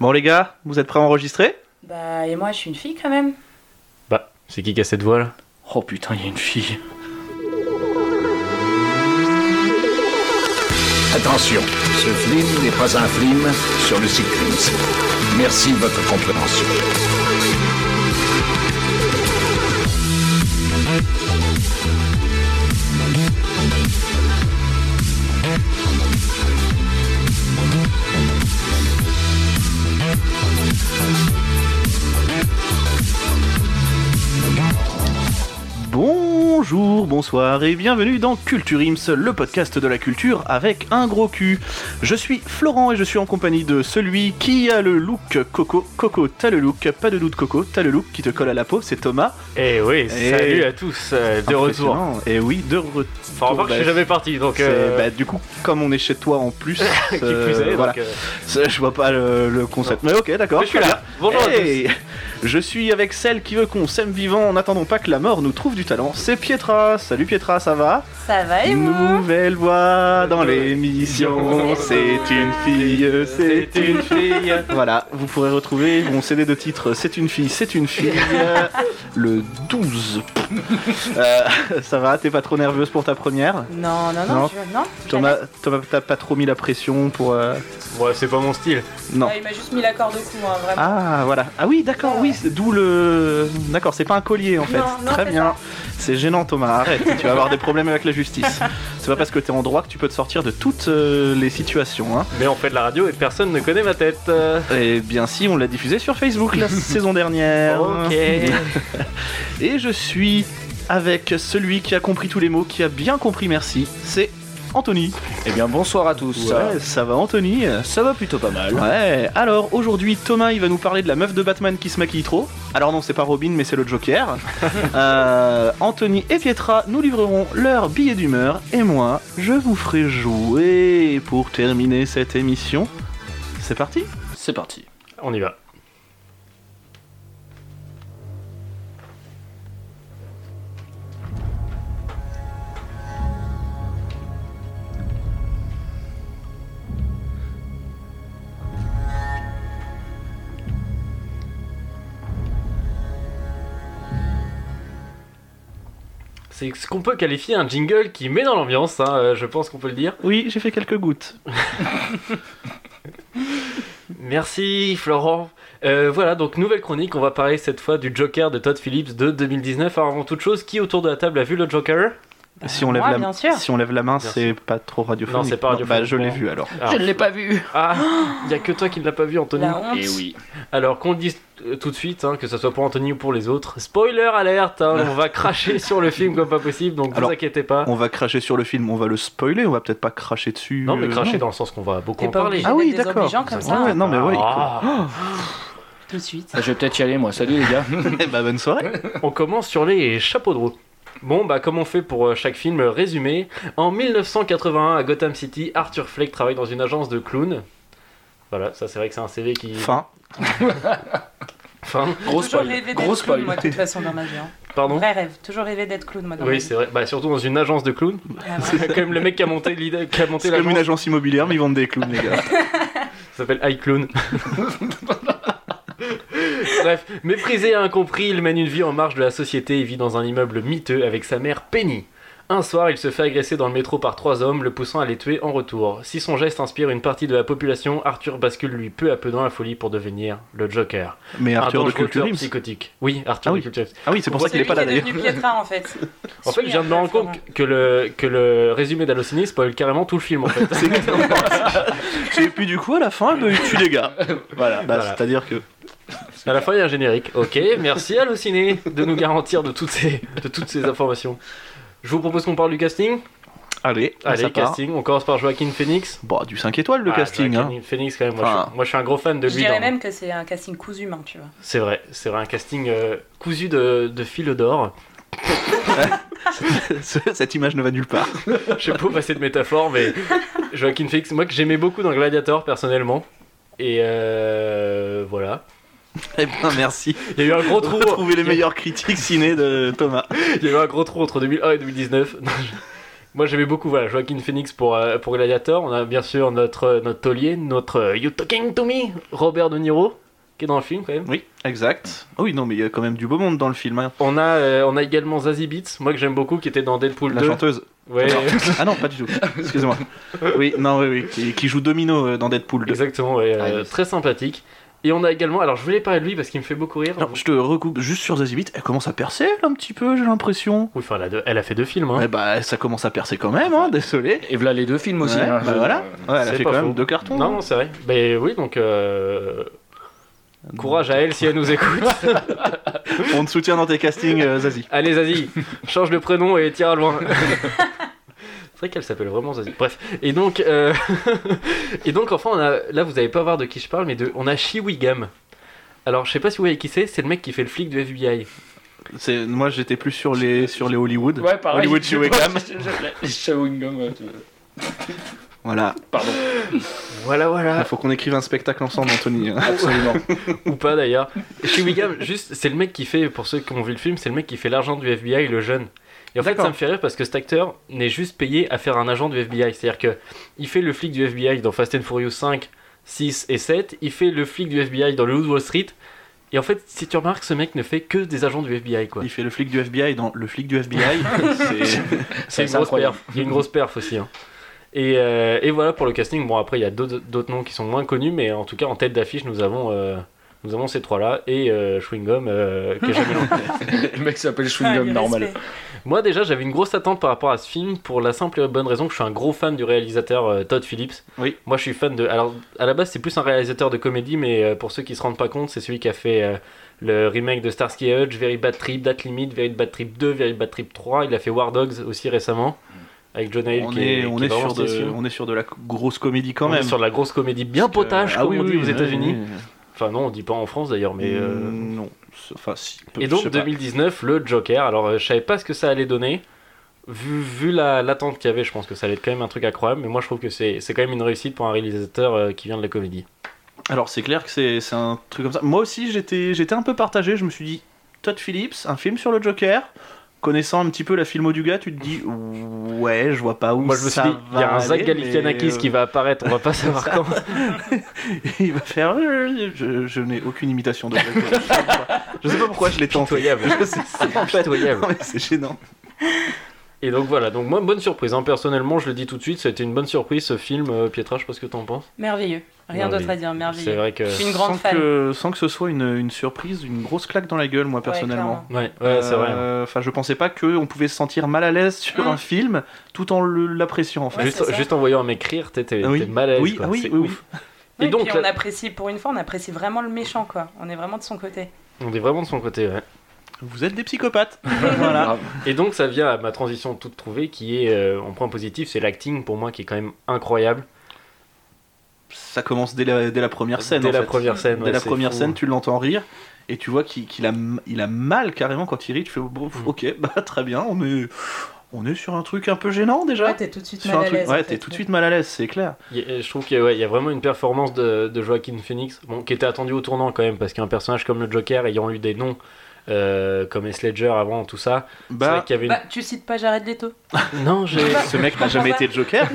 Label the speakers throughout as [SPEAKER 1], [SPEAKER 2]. [SPEAKER 1] Bon les gars, vous êtes prêts à enregistrer
[SPEAKER 2] Bah, et moi, je suis une fille quand même.
[SPEAKER 3] Bah, c'est qui qui a cette voix là
[SPEAKER 1] Oh putain, il y a une fille.
[SPEAKER 4] Attention, ce film n'est pas un film sur le cyclisme. Merci de votre compréhension.
[SPEAKER 1] Bonjour, bonsoir et bienvenue dans Culture Ims, le podcast de la culture avec un gros cul. Je suis Florent et je suis en compagnie de celui qui a le look Coco. Coco, t'as le look, pas de doute Coco, t'as le look qui te colle à la peau, c'est Thomas.
[SPEAKER 3] Eh oui,
[SPEAKER 1] Eh.
[SPEAKER 3] salut à tous, euh, de retour.
[SPEAKER 1] Impressionnant. Et oui, de retour.
[SPEAKER 3] Faut encore que je suis
[SPEAKER 1] Bah,
[SPEAKER 3] jamais parti, donc...
[SPEAKER 1] c'est-
[SPEAKER 3] euh,
[SPEAKER 1] bah, du coup, comme on est chez toi en plus,
[SPEAKER 3] qui
[SPEAKER 1] euh,
[SPEAKER 3] plus est,
[SPEAKER 1] voilà.
[SPEAKER 3] donc, euh,
[SPEAKER 1] Ça, je vois pas le, le concept. Mais ok, d'accord.
[SPEAKER 3] je suis
[SPEAKER 1] très bien.
[SPEAKER 3] là. Bonjour à tous.
[SPEAKER 1] bah, Hey Je suis avec celle qui veut qu'on s'aime vivant en attendant pas que la mort nous trouve du talent. C'est Pietra. Salut Pietra, ça va
[SPEAKER 2] Ça va et vous
[SPEAKER 1] Nouvelle voix dans l'émission. C'est une fille, euh, c'est une fille. Voilà, vous pourrez retrouver mon CD de titre C'est une fille, c'est une fille. euh, le 12. Euh, ça va, t'es pas trop nerveuse pour ta première
[SPEAKER 2] Non, non, non,
[SPEAKER 1] Non.
[SPEAKER 2] je veux- non.
[SPEAKER 1] Thomas, Thomas, t'as pas trop mis la pression pour. euh,
[SPEAKER 3] Ouais, c'est pas mon style.
[SPEAKER 1] Non.
[SPEAKER 2] Ah, il m'a juste mis la corde au cou, hein, vraiment.
[SPEAKER 1] Ah voilà. Ah oui, d'accord, oui, c'est- d'où le D'accord, c'est pas un collier en fait.
[SPEAKER 2] Non, non,
[SPEAKER 1] Très
[SPEAKER 2] c'est
[SPEAKER 1] bien.
[SPEAKER 2] ça.
[SPEAKER 1] C'est gênant Thomas, arrête, tu vas avoir des problèmes avec la justice. C'est pas parce que t'es en droit que tu peux te sortir de toutes euh, les situations hein.
[SPEAKER 3] Mais on fait de la radio et personne ne connaît ma tête. euh.
[SPEAKER 1] Eh bien si, on l'a diffusé sur Facebook la saison dernière.
[SPEAKER 3] Ok.
[SPEAKER 1] euh, Et je suis avec celui qui a compris tous les mots, qui a bien compris merci, c'est Anthony.
[SPEAKER 5] Eh bien bonsoir à tous.
[SPEAKER 1] Ouais, ça va Anthony
[SPEAKER 5] Ça va plutôt pas mal.
[SPEAKER 1] Ouais, alors aujourd'hui Thomas il va nous parler de la meuf de Batman qui se maquille trop. Alors non c'est pas Robin mais c'est le Joker. Euh, Anthony et Pietra nous livreront leur billet d'humeur et moi je vous ferai jouer pour terminer cette émission. C'est parti
[SPEAKER 5] C'est parti.
[SPEAKER 3] On y va. C'est ce qu'on peut qualifier un jingle qui met dans l'ambiance, hein, euh, je pense qu'on peut le dire.
[SPEAKER 1] Oui j'ai fait quelques gouttes.
[SPEAKER 3] Merci Florent. Euh, voilà, donc nouvelle chronique, on va parler cette fois du Joker de Todd Phillips de 2019. Alors avant toute chose, qui autour de la table a vu le Joker
[SPEAKER 1] Si on lève,
[SPEAKER 2] Moi,
[SPEAKER 1] la,
[SPEAKER 2] bien sûr.
[SPEAKER 1] Si on lève la main
[SPEAKER 3] Bien
[SPEAKER 1] c'est pas trop radiophonique.
[SPEAKER 3] Non, c'est pas
[SPEAKER 1] Bah, je l'ai
[SPEAKER 3] radiophonique.
[SPEAKER 1] vu alors.
[SPEAKER 3] Ah,
[SPEAKER 5] Je ne l'ai pas vu.
[SPEAKER 3] Ah, il y a que toi qui ne l'as pas vu Anthony.
[SPEAKER 2] La honte.
[SPEAKER 5] Et Eh oui.
[SPEAKER 3] Alors qu'on le dise euh, tout de suite, hein, que ce soit pour Anthony ou pour les autres, spoiler alerte, hein, on va cracher sur le film comme pas possible, donc
[SPEAKER 1] Alors,
[SPEAKER 3] vous inquiétez pas.
[SPEAKER 1] On va cracher sur le film, on va le spoiler, on va peut-être pas cracher dessus.
[SPEAKER 3] Non mais
[SPEAKER 1] euh,
[SPEAKER 3] cracher dans le sens qu'on va beaucoup
[SPEAKER 2] T'es
[SPEAKER 3] en
[SPEAKER 2] pas
[SPEAKER 3] parler.
[SPEAKER 2] obligé
[SPEAKER 1] Ah oui,
[SPEAKER 2] d'être
[SPEAKER 1] d'accord.
[SPEAKER 2] désobligeant comme ça, hein,
[SPEAKER 1] Ouais, non mais ouais.
[SPEAKER 3] Ah.
[SPEAKER 2] tout de suite.
[SPEAKER 5] Ah, Je vais peut-être y aller moi. Salut les gars.
[SPEAKER 1] Eh bah bonne soirée.
[SPEAKER 3] On commence sur les chapeaux de roue. Bon, bah comme on fait pour euh, chaque film, euh, résumé. En 1981, à Gotham City, Arthur Fleck travaille dans une agence de clowns. Voilà, ça c'est vrai que c'est un CV qui...
[SPEAKER 1] Fin.
[SPEAKER 3] Fin.
[SPEAKER 5] Gros
[SPEAKER 2] toujours
[SPEAKER 5] spoil.
[SPEAKER 2] rêvé
[SPEAKER 5] Gros
[SPEAKER 2] d'être
[SPEAKER 5] spoil.
[SPEAKER 2] clown, moi, de toute façon, dans ma vie. hein.
[SPEAKER 3] Pardon
[SPEAKER 2] Vrai rêve, toujours rêvé d'être clown, moi, dans ma
[SPEAKER 3] Oui,
[SPEAKER 2] vie.
[SPEAKER 3] c'est vrai. Bah surtout dans une agence de clowns.
[SPEAKER 2] Ah, ouais.
[SPEAKER 3] C'est comme le mec qui a monté l'idée, qui a monté
[SPEAKER 1] C'est comme une
[SPEAKER 3] l'agence.
[SPEAKER 1] agence immobilière mais ils vendent des clowns les gars.
[SPEAKER 3] Ça s'appelle iClown. Bref, méprisé et incompris, il mène une vie en marge de la société et vit dans un immeuble miteux avec sa mère Penny. Un soir, il se fait agresser dans le métro par trois hommes, le poussant à les tuer en retour. Si son geste inspire une partie de la population, Arthur bascule lui peu à peu dans la folie pour devenir le Joker.
[SPEAKER 1] Mais Arthur
[SPEAKER 3] un
[SPEAKER 1] de
[SPEAKER 3] dangereux
[SPEAKER 1] Culture
[SPEAKER 3] auteur
[SPEAKER 1] Ims.
[SPEAKER 3] psychotique. Oui, Arthur
[SPEAKER 1] Ah
[SPEAKER 3] de
[SPEAKER 1] oui.
[SPEAKER 3] Culture Ims.
[SPEAKER 1] Ah oui, c'est pour ça qu'il est
[SPEAKER 2] Celui
[SPEAKER 1] pas là
[SPEAKER 2] qui
[SPEAKER 1] d'ailleurs.
[SPEAKER 2] devenu Pietra, en fait.
[SPEAKER 3] En fait, je viens de me rendre compte que le, que le résumé d'Allociné spoil carrément tout le film en fait.
[SPEAKER 1] Et puis du coup, à la fin, bah, il tue des gars. Voilà, bah,
[SPEAKER 3] Voilà.
[SPEAKER 1] c'est-à-dire que.
[SPEAKER 3] À la fin, il y a un générique. Ok, merci Allociné de nous garantir de toutes ces, de toutes ces informations. Je vous propose qu'on parle du casting.
[SPEAKER 1] Allez, Ah, ça
[SPEAKER 3] Allez,
[SPEAKER 1] part.
[SPEAKER 3] casting. On commence par Joaquin Phoenix.
[SPEAKER 1] Bon, Bah, du 5 étoiles le
[SPEAKER 3] Ah,
[SPEAKER 1] casting. Hein.
[SPEAKER 3] Joaquin Phoenix, quand même. Moi,
[SPEAKER 1] Enfin.
[SPEAKER 3] je, suis- moi, je suis un gros fan de
[SPEAKER 2] Je
[SPEAKER 3] lui.
[SPEAKER 2] dirais
[SPEAKER 3] dans-
[SPEAKER 2] même que c'est un casting cousu main, tu vois.
[SPEAKER 3] C'est vrai, c'est vrai, un casting euh, cousu de, de fil d'or.
[SPEAKER 1] Ce- Cette image ne va nulle part.
[SPEAKER 3] Je sais pas où passer de métaphore, mais Joaquin Phoenix, moi que j'aimais beaucoup dans Gladiator personnellement. Et euh, voilà.
[SPEAKER 1] Eh bien, merci.
[SPEAKER 3] Il y a eu un gros trou.
[SPEAKER 1] Trouver les meilleures critiques ciné de Thomas.
[SPEAKER 3] Il y a eu un gros trou entre 2001 et 2019. Moi j'aimais beaucoup voilà, Joaquin Phoenix pour, euh, pour Gladiator. On a bien sûr notre, euh, notre taulier, notre euh, You Talking to Me, Robert De Niro, qui est dans le film quand même.
[SPEAKER 1] Oui, exact. Ah oui, non, mais il y a quand même du beau monde dans le film. hein.
[SPEAKER 3] On a, euh, on a également Zazie Beats, moi que j'aime beaucoup, qui était dans Deadpool
[SPEAKER 1] La
[SPEAKER 3] 2.
[SPEAKER 1] chanteuse.
[SPEAKER 3] Ouais,
[SPEAKER 1] Ah non, pas du tout. Excusez-moi. Oui, non, oui, oui. Qui, qui joue Domino euh, dans Deadpool 2.
[SPEAKER 3] exactement, ouais, euh,
[SPEAKER 5] Ah, yes.
[SPEAKER 3] très sympathique. Et on a également, alors je voulais parler de lui parce qu'il me fait beaucoup rire.
[SPEAKER 1] Alors, je te recoupe juste sur Zazibit. Elle commence à percer, là, un petit peu, j'ai l'impression.
[SPEAKER 3] Oui, enfin, elle a, deux- elle a fait deux films. Hein.
[SPEAKER 1] Eh bah, ça commence à percer quand même, hein, désolé.
[SPEAKER 5] Et voilà les deux films aussi.
[SPEAKER 1] Ouais,
[SPEAKER 5] hein.
[SPEAKER 1] bah voilà. Ouais, elle a
[SPEAKER 3] C'est
[SPEAKER 1] fait
[SPEAKER 3] pas
[SPEAKER 1] quand
[SPEAKER 3] faux.
[SPEAKER 1] même deux cartons. hein.
[SPEAKER 3] Non, non, c'est vrai. Ben oui, donc euh,
[SPEAKER 1] Ah,
[SPEAKER 3] courage à elle si elle nous écoute.
[SPEAKER 1] On te soutient dans tes castings, euh, Zazie.
[SPEAKER 3] Allez, Zazie, change de prénom et tire à loin. c'est vrai qu'elle s'appelle vraiment Zazie. Bref, et donc, euh, et donc enfin, on a... là, vous allez pas voir de qui je parle, mais de... on a Shiwigam. Alors, je sais pas si vous voyez qui c'est, c'est le mec qui fait le flic du FBI.
[SPEAKER 1] C'est- Moi, j'étais plus sur les, sur les Hollywood.
[SPEAKER 5] Ouais, pareil.
[SPEAKER 1] Hollywood chewing gum.
[SPEAKER 5] Chewing gum. ouais, tu veux.
[SPEAKER 1] Voilà.
[SPEAKER 5] Pardon.
[SPEAKER 3] Voilà, voilà.
[SPEAKER 1] Il faut qu'on écrive un spectacle ensemble, Anthony. hein.
[SPEAKER 5] Absolument.
[SPEAKER 3] Ou pas d'ailleurs. Shiwigam, juste, c'est le mec qui fait, pour ceux qui ont vu le film, c'est le mec qui fait l'argent du FBI, le jeune. Et en fait,
[SPEAKER 1] D'accord.
[SPEAKER 3] ça me fait rire parce que cet acteur n'est juste payé à faire un agent du FBI. C'est-à-dire que il fait le flic du FBI dans Fast and Furious 5, 6 et 7. Il fait le flic du FBI dans le Hood Wall Street. Et en fait, si tu remarques, ce mec ne fait que des agents du FBI, quoi.
[SPEAKER 1] Il fait le flic du FBI dans Le flic du FBI. C'est-
[SPEAKER 3] C'est une
[SPEAKER 5] c'est
[SPEAKER 3] grosse
[SPEAKER 5] incroyable.
[SPEAKER 3] perf. Il y a une grosse perf aussi. hein. Et, euh, et voilà pour le casting. Bon, après, il y a d'autres d'autres noms qui sont moins connus, mais en tout cas, en tête d'affiche, nous avons. euh, nous avons ces trois-là et euh, Chewing Gum euh, que j'aime énormément.
[SPEAKER 5] Le mec s'appelle
[SPEAKER 2] Ah,
[SPEAKER 5] chewing
[SPEAKER 2] il y
[SPEAKER 5] gum
[SPEAKER 2] a
[SPEAKER 5] normal.
[SPEAKER 2] respect.
[SPEAKER 3] Moi déjà j'avais une grosse attente par rapport à ce film pour la simple et bonne raison que je suis un gros fan du réalisateur euh, Todd Phillips.
[SPEAKER 1] Oui.
[SPEAKER 3] Moi je suis fan de... Alors à la base c'est plus un réalisateur de comédie mais euh, pour ceux qui se rendent pas compte c'est celui qui a fait euh, le remake de Starsky et Hutch, Very Bad Trip, Date Limit, Very Bad Trip 2, Very Bad Trip 3. Il a fait War Dogs aussi récemment avec John Hale
[SPEAKER 1] on
[SPEAKER 3] qui
[SPEAKER 1] est,
[SPEAKER 3] est,
[SPEAKER 1] on
[SPEAKER 3] qui
[SPEAKER 1] est
[SPEAKER 3] est vraiment
[SPEAKER 1] sur de,
[SPEAKER 3] stylé.
[SPEAKER 1] on est sur de la grosse comédie quand
[SPEAKER 3] On est
[SPEAKER 1] même.
[SPEAKER 3] sur de la grosse comédie bien potage
[SPEAKER 1] Ah
[SPEAKER 3] comme
[SPEAKER 1] oui,
[SPEAKER 3] on dit
[SPEAKER 1] oui,
[SPEAKER 3] aux
[SPEAKER 1] oui,
[SPEAKER 3] États-Unis.
[SPEAKER 1] oui.
[SPEAKER 3] Enfin non on dit pas en France d'ailleurs mais... euh,
[SPEAKER 1] Mm, non, C'est- enfin si. peu-
[SPEAKER 3] Et
[SPEAKER 1] je
[SPEAKER 3] donc
[SPEAKER 1] sais pas.
[SPEAKER 3] 2019, le Joker. Alors euh, je savais pas ce que ça allait donner. Vu, vu la- l'attente qu'il y avait, je pense que ça allait être quand même un truc incroyable. Mais moi je trouve que c'est c'est quand même une réussite pour un réalisateur euh, qui vient de la comédie.
[SPEAKER 1] Alors c'est clair que c'est c'est un truc comme ça. Moi aussi j'étais j'étais un peu partagé. Je me suis dit Todd Phillips, un film sur le Joker. Connaissant un petit peu la filmo du gars, tu te dis ouais, je vois pas où
[SPEAKER 3] moi je me suis
[SPEAKER 1] ça
[SPEAKER 3] dit, il y a
[SPEAKER 1] va
[SPEAKER 3] un Zach
[SPEAKER 1] aller, mais,
[SPEAKER 3] Galifianakis qui va apparaître, on va pas savoir quand.
[SPEAKER 1] euh, il va faire. euh, Je, je n'ai aucune imitation de Joker. je, sais pas pourquoi. Je sais pas pourquoi je l'ai tenté.
[SPEAKER 3] Pitoyable.
[SPEAKER 1] Je sais pas, en fait.
[SPEAKER 3] Pitoyable.
[SPEAKER 1] Non,
[SPEAKER 3] Euh,
[SPEAKER 1] mais C'est gênant.
[SPEAKER 3] Et donc voilà, donc moi bonne surprise. hein. Personnellement, je le dis tout de suite, ça a été une bonne surprise ce film. Euh, Pietra, je sais pas ce que t'en penses.
[SPEAKER 2] Merveilleux. Rien d'autre à dire,
[SPEAKER 3] C'est
[SPEAKER 2] Ah, merveilleux.
[SPEAKER 3] vrai que.
[SPEAKER 2] Je suis
[SPEAKER 3] Ouais,
[SPEAKER 2] une grande
[SPEAKER 1] sans
[SPEAKER 2] fan.
[SPEAKER 1] que, sans que ce soit une, une surprise, une grosse claque dans la gueule, moi personnellement.
[SPEAKER 2] clairement.
[SPEAKER 3] ouais, c'est vrai.
[SPEAKER 1] Euh, Enfin, je pensais pas qu'on pouvait se sentir mal à l'aise sur
[SPEAKER 2] Mm.
[SPEAKER 1] un film tout en le- l'appréciant en fait.
[SPEAKER 2] Ouais, c'est
[SPEAKER 3] juste,
[SPEAKER 2] ça.
[SPEAKER 3] juste en voyant un mec rire, t'es t'es-
[SPEAKER 1] Oui.
[SPEAKER 3] t'es mal à l'aise.
[SPEAKER 1] Oui,
[SPEAKER 3] quoi.
[SPEAKER 1] ah oui,
[SPEAKER 3] C'est
[SPEAKER 1] oui,
[SPEAKER 3] ouf.
[SPEAKER 2] Oui,
[SPEAKER 3] Et donc,
[SPEAKER 2] puis on
[SPEAKER 3] là-
[SPEAKER 2] apprécie, pour une fois, on apprécie vraiment le méchant, quoi. On est vraiment de son côté.
[SPEAKER 3] On est vraiment de son côté, ouais.
[SPEAKER 1] Vous êtes des psychopathes. voilà.
[SPEAKER 5] Grave.
[SPEAKER 3] Et donc ça vient à ma transition toute trouvée qui est euh, en point positif, c'est l'acting pour moi qui est quand même incroyable.
[SPEAKER 1] Ça commence dès la, dès la première scène.
[SPEAKER 3] Dès
[SPEAKER 1] en
[SPEAKER 3] la
[SPEAKER 1] fait.
[SPEAKER 3] première scène.
[SPEAKER 1] Dès
[SPEAKER 3] ouais,
[SPEAKER 1] la
[SPEAKER 3] c'est
[SPEAKER 1] première
[SPEAKER 3] fou.
[SPEAKER 1] scène, tu l'entends rire et tu vois qu'il qu'il a, il a mal carrément quand il rit. Tu fais bon,
[SPEAKER 3] Mm.
[SPEAKER 1] ok, bah très bien, on est, on est sur un truc un peu gênant déjà.
[SPEAKER 2] t'es tout de suite
[SPEAKER 1] Sur un truc- ouais, t'es tout de suite mal à l'aise, c'est clair.
[SPEAKER 3] Il y a- je trouve qu'il y a- ouais, il y a vraiment une performance de, de Joaquin Phoenix bon, qui était attendue au tournant quand même, parce qu'un personnage comme le Joker ayant eu des noms euh, comme S. Ledger avant, tout ça, c'est vrai
[SPEAKER 1] Bah,
[SPEAKER 3] qu'il y avait une...
[SPEAKER 2] Bah, tu cites pas Jared Leto.
[SPEAKER 3] Non, j'ai...
[SPEAKER 1] ce mec n'a jamais été le Joker.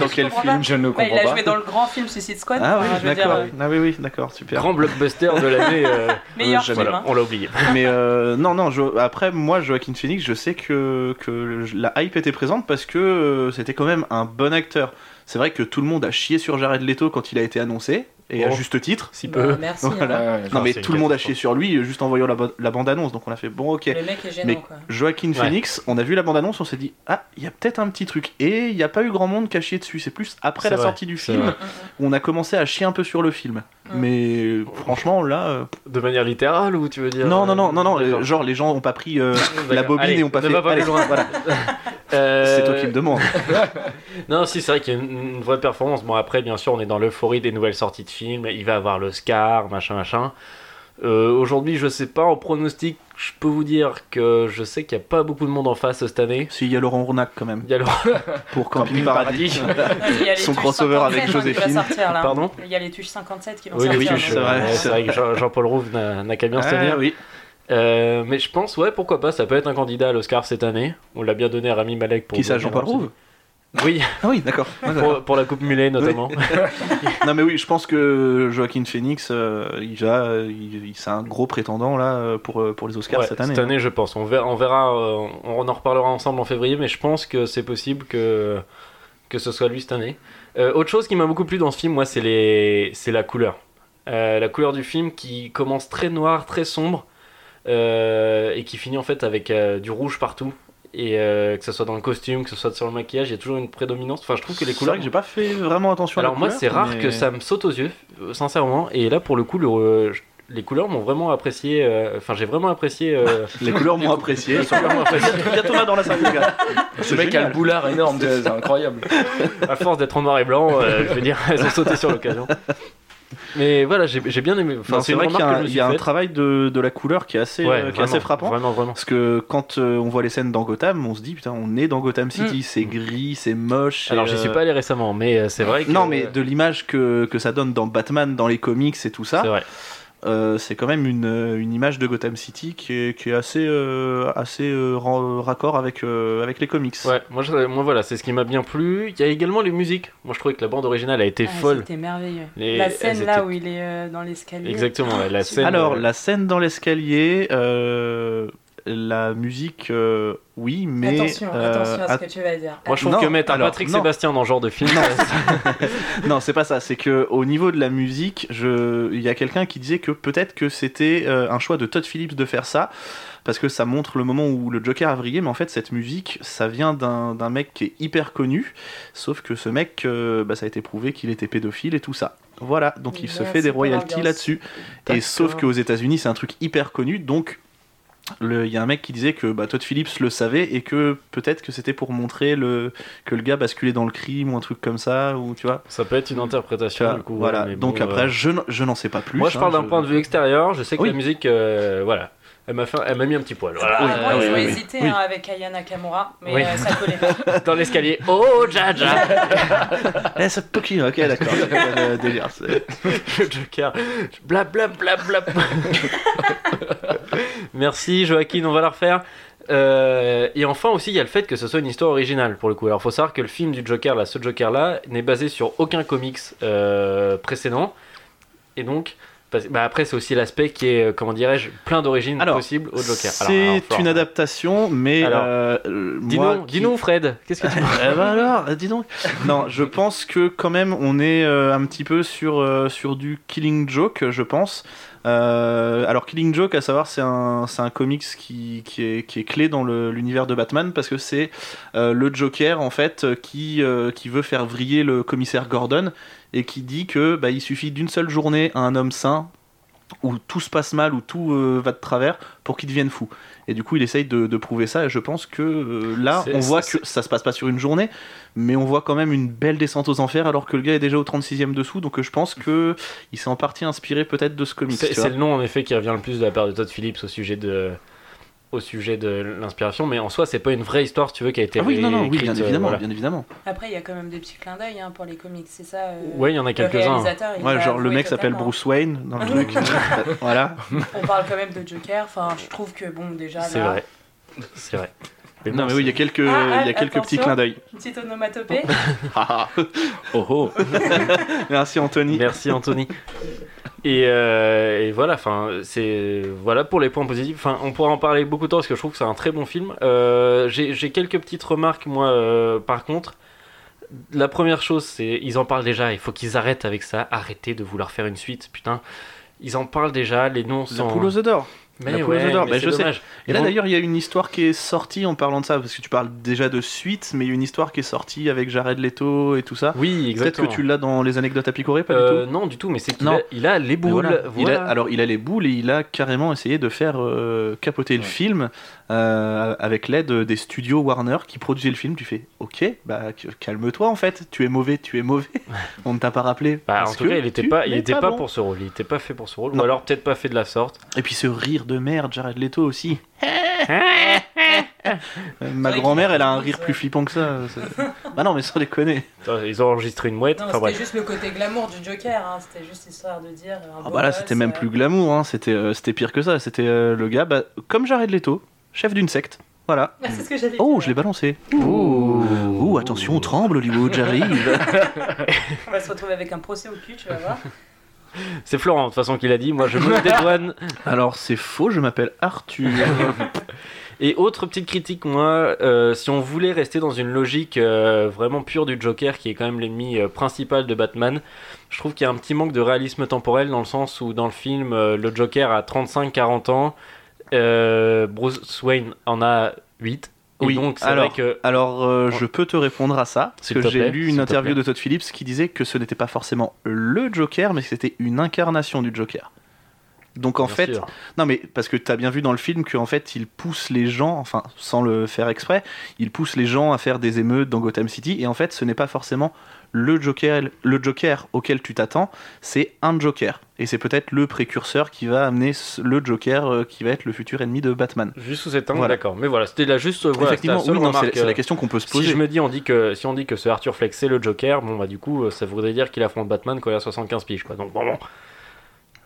[SPEAKER 1] Dans
[SPEAKER 2] Je
[SPEAKER 1] quel
[SPEAKER 2] comprends
[SPEAKER 1] film
[SPEAKER 2] pas.
[SPEAKER 5] Je ne
[SPEAKER 2] Bah, il a
[SPEAKER 5] comprends
[SPEAKER 2] joué dans le grand film Suicide Squad.
[SPEAKER 1] Ah oui,
[SPEAKER 2] enfin, je veux dire,
[SPEAKER 1] d'accord.
[SPEAKER 2] euh,
[SPEAKER 1] Ah oui, oui, d'accord, super.
[SPEAKER 3] Grand blockbuster de l'année. euh,
[SPEAKER 2] meilleur
[SPEAKER 1] Jamais.
[SPEAKER 2] film.
[SPEAKER 3] voilà,
[SPEAKER 2] hein.
[SPEAKER 3] on l'a oublié.
[SPEAKER 1] Mais euh, non, non, je- après, moi, Joaquin Phoenix, je sais que, que la hype était présente parce que euh, c'était quand même un bon acteur. C'est vrai que tout le monde a chié sur Jared Leto quand il a été annoncé, et à
[SPEAKER 3] Oh.
[SPEAKER 1] juste titre.
[SPEAKER 3] Si
[SPEAKER 2] Bah,
[SPEAKER 3] peu.
[SPEAKER 2] merci. hein.
[SPEAKER 1] Voilà.
[SPEAKER 5] pas. Ouais, ouais,
[SPEAKER 1] Non, mais
[SPEAKER 3] c'est une
[SPEAKER 1] tout le monde a
[SPEAKER 3] catastrophe.
[SPEAKER 1] chié sur lui euh, juste en voyant la, bo- la bande-annonce, donc on a fait bon, ok.
[SPEAKER 2] Le mec est gênant,
[SPEAKER 1] Mais-
[SPEAKER 2] quoi.
[SPEAKER 1] Joaquin
[SPEAKER 3] Ouais.
[SPEAKER 1] Phoenix, on a vu la bande-annonce, on s'est dit, ah, il y a peut-être un petit truc. Et il n'y a pas eu grand monde qui a chié dessus. C'est plus après
[SPEAKER 3] C'est
[SPEAKER 1] la
[SPEAKER 3] vrai,
[SPEAKER 1] sortie du
[SPEAKER 3] c'est
[SPEAKER 1] film
[SPEAKER 3] vrai.
[SPEAKER 1] où on a commencé à chier un peu sur le film.
[SPEAKER 2] Mm.
[SPEAKER 1] Mais euh, franchement, là. euh,
[SPEAKER 3] De manière littérale ou tu veux dire
[SPEAKER 1] Non, non, non, non, non,
[SPEAKER 3] D'accord.
[SPEAKER 1] euh, genre les gens ont pas pris euh, la
[SPEAKER 3] D'accord.
[SPEAKER 1] bobine
[SPEAKER 3] Allez,
[SPEAKER 1] et ont pas
[SPEAKER 3] ne
[SPEAKER 1] fait.
[SPEAKER 3] va pas
[SPEAKER 1] Allez,
[SPEAKER 3] plus loin.
[SPEAKER 1] voilà.
[SPEAKER 3] Euh,
[SPEAKER 1] C'est toi qui me demandes.
[SPEAKER 3] Non, si, c'est vrai qu'il y a une, une vraie performance. Bon, après, bien sûr, on est dans l'euphorie des nouvelles sorties de films. Il va avoir l'Oscar, machin, machin. Euh, Aujourd'hui, je sais pas, en pronostic, je peux vous dire que je sais qu'il y a pas beaucoup de monde en face euh, cette année.
[SPEAKER 1] Si, il y a Laurent Rournac quand même
[SPEAKER 3] Il y a le-
[SPEAKER 1] pour Camping Paradis.
[SPEAKER 2] Ouais, il y a les
[SPEAKER 1] Son
[SPEAKER 2] Tuches
[SPEAKER 1] crossover avec
[SPEAKER 2] 57, hein, qui va
[SPEAKER 1] Joséphine.
[SPEAKER 2] sortir, là.
[SPEAKER 3] Pardon
[SPEAKER 2] Il y a les Tuches 57 qui vont
[SPEAKER 3] Oui,
[SPEAKER 2] sortir.
[SPEAKER 3] les
[SPEAKER 1] oui,
[SPEAKER 2] donc,
[SPEAKER 3] fiches,
[SPEAKER 1] c'est
[SPEAKER 3] euh,
[SPEAKER 1] vrai.
[SPEAKER 3] ouais, c'est vrai que Jean- Jean-Paul Rouve n'a n'a qu'à bien se
[SPEAKER 1] Ah,
[SPEAKER 3] tenir.
[SPEAKER 1] oui.
[SPEAKER 3] Euh, mais je pense, ouais, pourquoi pas, ça peut être un candidat à l'Oscar cette année. On l'a bien donné à Rami Malek pour.
[SPEAKER 1] Qui ça,
[SPEAKER 3] Bohemian
[SPEAKER 1] Jean-Paul
[SPEAKER 3] Rhapsody.
[SPEAKER 1] Rouve
[SPEAKER 3] Oui,
[SPEAKER 1] Ah oui, d'accord. Ouais, d'accord.
[SPEAKER 3] pour, pour la Coupe Mulet notamment.
[SPEAKER 1] non mais oui, je pense que Joaquin Phoenix, euh, il a, il, il- c'est un gros prétendant là euh, pour, euh, pour les Oscars
[SPEAKER 3] Ouais,
[SPEAKER 1] cette année.
[SPEAKER 3] je pense. On verra, on, verra, euh, on en reparlera ensemble en février, mais je pense que c'est possible que, que ce soit lui cette année. Euh, autre chose qui m'a beaucoup plu dans ce film, moi, c'est les, c'est la couleur. Euh, la couleur du film qui commence très noir, très sombre, euh, et qui finit en fait avec euh, du rouge partout. Et euh, que ce soit dans le costume, que ce soit sur le maquillage, il y a toujours une prédominance. Enfin, je trouve que les
[SPEAKER 1] C'est
[SPEAKER 3] couleurs.
[SPEAKER 1] vrai que j'ai pas fait vraiment attention. à
[SPEAKER 3] Alors
[SPEAKER 1] la
[SPEAKER 3] moi
[SPEAKER 1] couleur,
[SPEAKER 3] c'est rare
[SPEAKER 1] mais-
[SPEAKER 3] que ça me saute aux yeux, euh, sincèrement. Et là pour le coup le, euh, je- les couleurs m'ont vraiment apprécié. euh, Enfin j'ai vraiment apprécié. euh,
[SPEAKER 1] Les couleurs m'ont apprécié.
[SPEAKER 3] j'ai vraiment apprécié.
[SPEAKER 1] Il y a Thomas dans la salle, les gars.
[SPEAKER 5] Ce mec a le boulard énorme, c'est incroyable.
[SPEAKER 3] à force d'être en noir et blanc, euh, je veux dire elles ont sauté sur l'occasion. Mais voilà j'ai j'ai bien aimé. Enfin
[SPEAKER 1] Non,
[SPEAKER 3] c'est
[SPEAKER 1] c'est
[SPEAKER 3] une
[SPEAKER 1] vrai qu'il y a un,
[SPEAKER 3] remarque que je me
[SPEAKER 1] il
[SPEAKER 3] suis
[SPEAKER 1] y a un
[SPEAKER 3] faite.
[SPEAKER 1] travail de, de la couleur qui est assez,
[SPEAKER 3] Ouais,
[SPEAKER 1] euh, qui est
[SPEAKER 3] vraiment,
[SPEAKER 1] assez frappant.
[SPEAKER 3] Vraiment vraiment.
[SPEAKER 1] Parce que quand euh, on voit les scènes dans Gotham, on se dit putain, on est dans Gotham City, c'est gris, c'est moche. c'est,
[SPEAKER 3] Mm. Alors j'y
[SPEAKER 1] euh,
[SPEAKER 3] suis pas allé récemment, mais euh, c'est vrai que
[SPEAKER 1] Non, mais de l'image que, que ça donne dans Batman, dans les comics et tout ça,
[SPEAKER 3] c'est vrai.
[SPEAKER 1] euh, c'est quand même une, euh, une image de Gotham City qui est, qui est assez, euh, assez euh, ran- raccord avec, euh, avec les comics.
[SPEAKER 3] Ouais, moi, je- moi, voilà, c'est ce qui m'a bien plu. Il y a également les musiques. Moi je trouvais que la bande originale a été
[SPEAKER 2] Ah,
[SPEAKER 3] folle.
[SPEAKER 2] C'était merveilleux.
[SPEAKER 3] Les-
[SPEAKER 2] La
[SPEAKER 3] elles
[SPEAKER 2] scène
[SPEAKER 3] étaient-
[SPEAKER 2] là où il est euh, dans l'escalier.
[SPEAKER 3] Exactement, ouais, la scène.
[SPEAKER 1] Alors,
[SPEAKER 3] euh,
[SPEAKER 1] la scène dans l'escalier, euh, la musique, euh, oui, mais.
[SPEAKER 2] attention,
[SPEAKER 1] euh,
[SPEAKER 2] attention à ce
[SPEAKER 1] att-
[SPEAKER 2] que tu vas dire.
[SPEAKER 3] Moi, je trouve
[SPEAKER 1] Non,
[SPEAKER 3] que mettre un
[SPEAKER 1] alors,
[SPEAKER 3] Patrick
[SPEAKER 1] non.
[SPEAKER 3] Sébastien dans ce genre de film, euh,
[SPEAKER 1] Non, c'est pas ça. C'est que au niveau de la musique, je... il y a quelqu'un qui disait que peut-être que c'était euh, un choix de Todd Phillips de faire ça, parce que ça montre le moment où le Joker a vrillé. Mais en fait, cette musique, ça vient d'un d'un mec qui est hyper connu. Sauf que ce mec, euh, bah, ça a été prouvé qu'il était pédophile et tout ça. Voilà, donc il se
[SPEAKER 2] Merci
[SPEAKER 1] fait des
[SPEAKER 2] pour
[SPEAKER 1] royalties
[SPEAKER 2] l'ambiance.
[SPEAKER 1] là-dessus. Et
[SPEAKER 3] D'accord.
[SPEAKER 1] sauf qu'aux États-Unis, c'est un truc hyper connu, donc. le- Il y a un mec qui disait que bah, Todd Phillips le savait et que peut-être que c'était pour montrer le, que le gars basculait dans le crime ou un truc comme ça, ou tu vois.
[SPEAKER 3] ça peut être une
[SPEAKER 1] Tu
[SPEAKER 3] interprétation.
[SPEAKER 1] vois,
[SPEAKER 3] Du coup,
[SPEAKER 1] voilà,
[SPEAKER 3] mais
[SPEAKER 1] donc
[SPEAKER 3] bon,
[SPEAKER 1] après,
[SPEAKER 3] euh,
[SPEAKER 1] je, n- je n'en sais pas plus.
[SPEAKER 3] moi, je
[SPEAKER 1] hein,
[SPEAKER 3] parle d'un point de vue extérieur. Je sais que
[SPEAKER 1] Oui.
[SPEAKER 3] la musique, euh, voilà, elle m'a fait, elle m'a mis un petit poil. Voilà.
[SPEAKER 2] Ah,
[SPEAKER 1] Oui,
[SPEAKER 2] moi,
[SPEAKER 1] oui,
[SPEAKER 2] je vais
[SPEAKER 1] oui, oui.
[SPEAKER 2] hésiter
[SPEAKER 1] Oui.
[SPEAKER 2] hein, avec Aya Nakamura, mais
[SPEAKER 3] Oui.
[SPEAKER 2] euh, ça collait.
[SPEAKER 3] Dans l'escalier, oh Jaja,
[SPEAKER 1] Eh, ça te toquille, ok, d'accord. c'est pas le délire, c'est-
[SPEAKER 3] le Joker, bla bla bla bla. Merci Joaquin, on va la refaire. Euh, et enfin aussi, il y a le fait que ce soit une histoire originale pour le coup. Alors, faut savoir que le film du Joker, là, ce Joker là, n'est basé sur aucun comics euh, précédent. Et donc, parce- bah, après, c'est aussi l'aspect qui est, euh, comment dirais-je, plein d'origines
[SPEAKER 1] Alors,
[SPEAKER 3] possibles au Joker. Alors, alors,
[SPEAKER 1] C'est
[SPEAKER 3] Florent,
[SPEAKER 1] une adaptation, mais.
[SPEAKER 3] Alors,
[SPEAKER 1] euh, euh, moi
[SPEAKER 3] Dis-nous,
[SPEAKER 1] qui-
[SPEAKER 3] dis-nous, Fred, qu'est-ce que tu penses
[SPEAKER 1] Eh ben alors, euh, dis donc. Non, je pense que quand même on est euh, un petit peu sur, euh, sur du Killing Joke, je pense. Euh, alors Killing Joke, à savoir, c'est un, c'est un comics qui, qui, est, qui est clé dans le- l'univers de Batman parce que c'est euh, le Joker en fait euh, qui, euh, qui veut faire vriller le commissaire Gordon et qui dit que bah, il suffit d'une seule journée à un homme sain où tout se passe mal, où tout euh, va de travers, pour qu'il devienne fou. Et du coup, il essaye de, de prouver ça. Et je pense que euh, là,
[SPEAKER 3] C'est-
[SPEAKER 1] on voit
[SPEAKER 3] c'est-
[SPEAKER 1] que ça se passe pas sur une journée, mais on voit quand même une belle descente aux enfers, alors que le gars est déjà au 36e dessous. Donc euh, je pense que il s'est en partie inspiré peut-être de ce comics.
[SPEAKER 3] C'est
[SPEAKER 1] tu
[SPEAKER 3] c'est
[SPEAKER 1] vois.
[SPEAKER 3] le nom en effet qui revient le plus de la part de Todd Phillips au sujet de au sujet de l'inspiration, mais en soi, c'est pas une vraie histoire, si tu veux, qui a été
[SPEAKER 1] Ah oui, non, non, oui,
[SPEAKER 3] réécrite,
[SPEAKER 1] bien
[SPEAKER 3] euh,
[SPEAKER 1] évidemment,
[SPEAKER 3] voilà.
[SPEAKER 1] bien évidemment.
[SPEAKER 2] Après, il y a quand même des petits clins d'œil hein, pour les comics, c'est ça euh,
[SPEAKER 3] Ouais, il y en a
[SPEAKER 2] le
[SPEAKER 3] quelques-uns. hein.
[SPEAKER 2] réalisateur, il
[SPEAKER 1] Ouais,
[SPEAKER 2] l'a
[SPEAKER 1] genre le
[SPEAKER 2] avoué
[SPEAKER 1] mec s'appelle
[SPEAKER 2] totalement.
[SPEAKER 1] Bruce Wayne dans le truc. voilà.
[SPEAKER 2] On parle quand même de Joker, enfin, je trouve que bon, déjà.
[SPEAKER 3] C'est
[SPEAKER 2] là,
[SPEAKER 3] vrai. C'est vrai. Mais
[SPEAKER 1] Non,
[SPEAKER 3] bon,
[SPEAKER 1] mais oui, il y a quelques,
[SPEAKER 2] Ah,
[SPEAKER 1] il y a
[SPEAKER 2] ah,
[SPEAKER 1] quelques petits
[SPEAKER 2] attention.
[SPEAKER 1] clins d'œil.
[SPEAKER 2] Une petite onomatopée.
[SPEAKER 1] Ah, ah.
[SPEAKER 5] Oh oh.
[SPEAKER 1] Merci Anthony.
[SPEAKER 3] Merci Anthony. Et, euh, et voilà, enfin, c'est voilà pour les points positifs. Enfin, on pourra en parler beaucoup de temps parce que je trouve que c'est un très bon film. Euh, J'ai j'ai quelques petites remarques moi, euh, par contre. La première chose, c'est ils en parlent déjà. Il faut qu'ils arrêtent avec ça. Arrêtez de vouloir faire une suite, putain. Ils en parlent déjà. Les noms
[SPEAKER 1] La
[SPEAKER 3] sont.
[SPEAKER 1] poule aux œufs d'or.
[SPEAKER 3] Mais
[SPEAKER 1] la poule aux
[SPEAKER 3] ouais,
[SPEAKER 1] œufs d'or,
[SPEAKER 3] mais
[SPEAKER 1] bah,
[SPEAKER 3] c'est
[SPEAKER 1] je sais.
[SPEAKER 3] dommage.
[SPEAKER 1] Et là
[SPEAKER 3] Ils vont-
[SPEAKER 1] d'ailleurs il y a une histoire qui est sortie en parlant de ça, parce que tu parles déjà de suite, mais il y a une histoire qui est sortie avec Jared Leto et tout ça.
[SPEAKER 3] Oui,
[SPEAKER 1] Peut-être que
[SPEAKER 3] exactement.
[SPEAKER 1] tu l'as dans les anecdotes à picorer, pas
[SPEAKER 3] Euh,
[SPEAKER 1] du tout
[SPEAKER 3] non, du tout. Mais c'est qu'il
[SPEAKER 1] Non.
[SPEAKER 3] a, il a les
[SPEAKER 1] Mais
[SPEAKER 3] boules.
[SPEAKER 1] voilà. Il a-
[SPEAKER 3] voilà.
[SPEAKER 1] alors il a les boules et il a carrément essayé de faire euh, capoter le
[SPEAKER 5] Ouais.
[SPEAKER 1] film euh, avec l'aide des studios Warner qui produisaient le film. Tu fais ok, bah calme-toi en fait, tu es mauvais, tu es mauvais. On ne t'a pas rappelé.
[SPEAKER 3] Bah, en
[SPEAKER 1] parce
[SPEAKER 3] tout
[SPEAKER 1] que
[SPEAKER 3] cas, il n'était
[SPEAKER 1] tu
[SPEAKER 3] pas, il
[SPEAKER 1] n'es
[SPEAKER 3] était pas
[SPEAKER 1] bon.
[SPEAKER 3] pour ce rôle. Il n'était pas fait pour ce rôle. Ou
[SPEAKER 1] Non.
[SPEAKER 3] alors peut-être pas fait de la sorte.
[SPEAKER 1] Et puis ce rire de merde, Jared Leto aussi. Euh, Ma
[SPEAKER 2] vrai
[SPEAKER 1] grand-mère,
[SPEAKER 2] qu'il-
[SPEAKER 1] elle a un rire
[SPEAKER 2] Ouais.
[SPEAKER 1] plus flippant que ça. c'est- Bah non, mais sans déconner.
[SPEAKER 3] Attends, Ils ont enregistré une mouette.
[SPEAKER 2] Non,
[SPEAKER 3] Enfin
[SPEAKER 2] c'était
[SPEAKER 3] bref.
[SPEAKER 2] juste le côté glamour du Joker, hein. c'était juste histoire de dire. un
[SPEAKER 1] Ah
[SPEAKER 2] beau
[SPEAKER 1] bah là,
[SPEAKER 2] gosse,
[SPEAKER 1] c'était même
[SPEAKER 2] euh,
[SPEAKER 1] plus glamour, hein. c'était euh, c'était pire que ça. C'était euh, le gars, bah, comme Jared Leto, chef d'une secte. Voilà.
[SPEAKER 2] Ah, c'est ce que j'avais
[SPEAKER 1] Oh,
[SPEAKER 2] dit,
[SPEAKER 1] je l'ai balancé.
[SPEAKER 3] Ouh.
[SPEAKER 1] Ouh, attention, on tremble, Hollywood, j'arrive.
[SPEAKER 2] On va se retrouver avec un procès au cul, tu vas voir.
[SPEAKER 3] C'est Florent, de toute façon, qui l'a dit. Moi, je me dédouane.
[SPEAKER 1] Alors, c'est faux, je m'appelle Arthur.
[SPEAKER 3] Et autre petite critique, moi, euh, si on voulait rester dans une logique euh, vraiment pure du Joker, qui est quand même l'ennemi euh, principal de Batman, je trouve qu'il y a un petit manque de réalisme temporel dans le sens où dans le film, euh, le Joker a 35-40 ans, euh, Bruce Wayne en a 8. Et
[SPEAKER 1] Oui,
[SPEAKER 3] donc c'est
[SPEAKER 1] alors-
[SPEAKER 3] vrai que
[SPEAKER 1] Alors, euh, je peux te répondre à ça, parce
[SPEAKER 3] S'il
[SPEAKER 1] que
[SPEAKER 3] te
[SPEAKER 1] j'ai
[SPEAKER 3] plaît,
[SPEAKER 1] lu
[SPEAKER 3] s'il
[SPEAKER 1] une
[SPEAKER 3] te
[SPEAKER 1] interview
[SPEAKER 3] plaît.
[SPEAKER 1] de Todd Phillips qui disait que ce n'était pas forcément le Joker, mais que c'était une incarnation du Joker. Donc en
[SPEAKER 3] bien
[SPEAKER 1] fait,
[SPEAKER 3] sûr.
[SPEAKER 1] non mais parce que t'as bien vu dans le film qu'en fait il pousse les gens, enfin sans le faire exprès, il pousse les gens à faire des émeutes dans Gotham City et en fait ce n'est pas forcément le Joker, le Joker auquel tu t'attends, c'est un Joker et c'est peut-être le précurseur qui va amener ce- le Joker euh, qui va être le futur ennemi de Batman.
[SPEAKER 3] juste sous cet angle,
[SPEAKER 1] Voilà.
[SPEAKER 3] d'accord. Mais voilà, c'était là juste euh, voilà, c'était la
[SPEAKER 1] Effectivement,
[SPEAKER 3] seule
[SPEAKER 1] oui, non, c'est
[SPEAKER 3] remarque,
[SPEAKER 1] c'est
[SPEAKER 3] euh,
[SPEAKER 1] la question qu'on peut se
[SPEAKER 3] Si
[SPEAKER 1] poser.
[SPEAKER 3] je me dis, on dit que si on dit que ce Arthur Fleck c'est le Joker, bon bah du coup euh, ça voudrait dire qu'il affronte Batman quand il a 75 piges quoi. Donc bon, bon.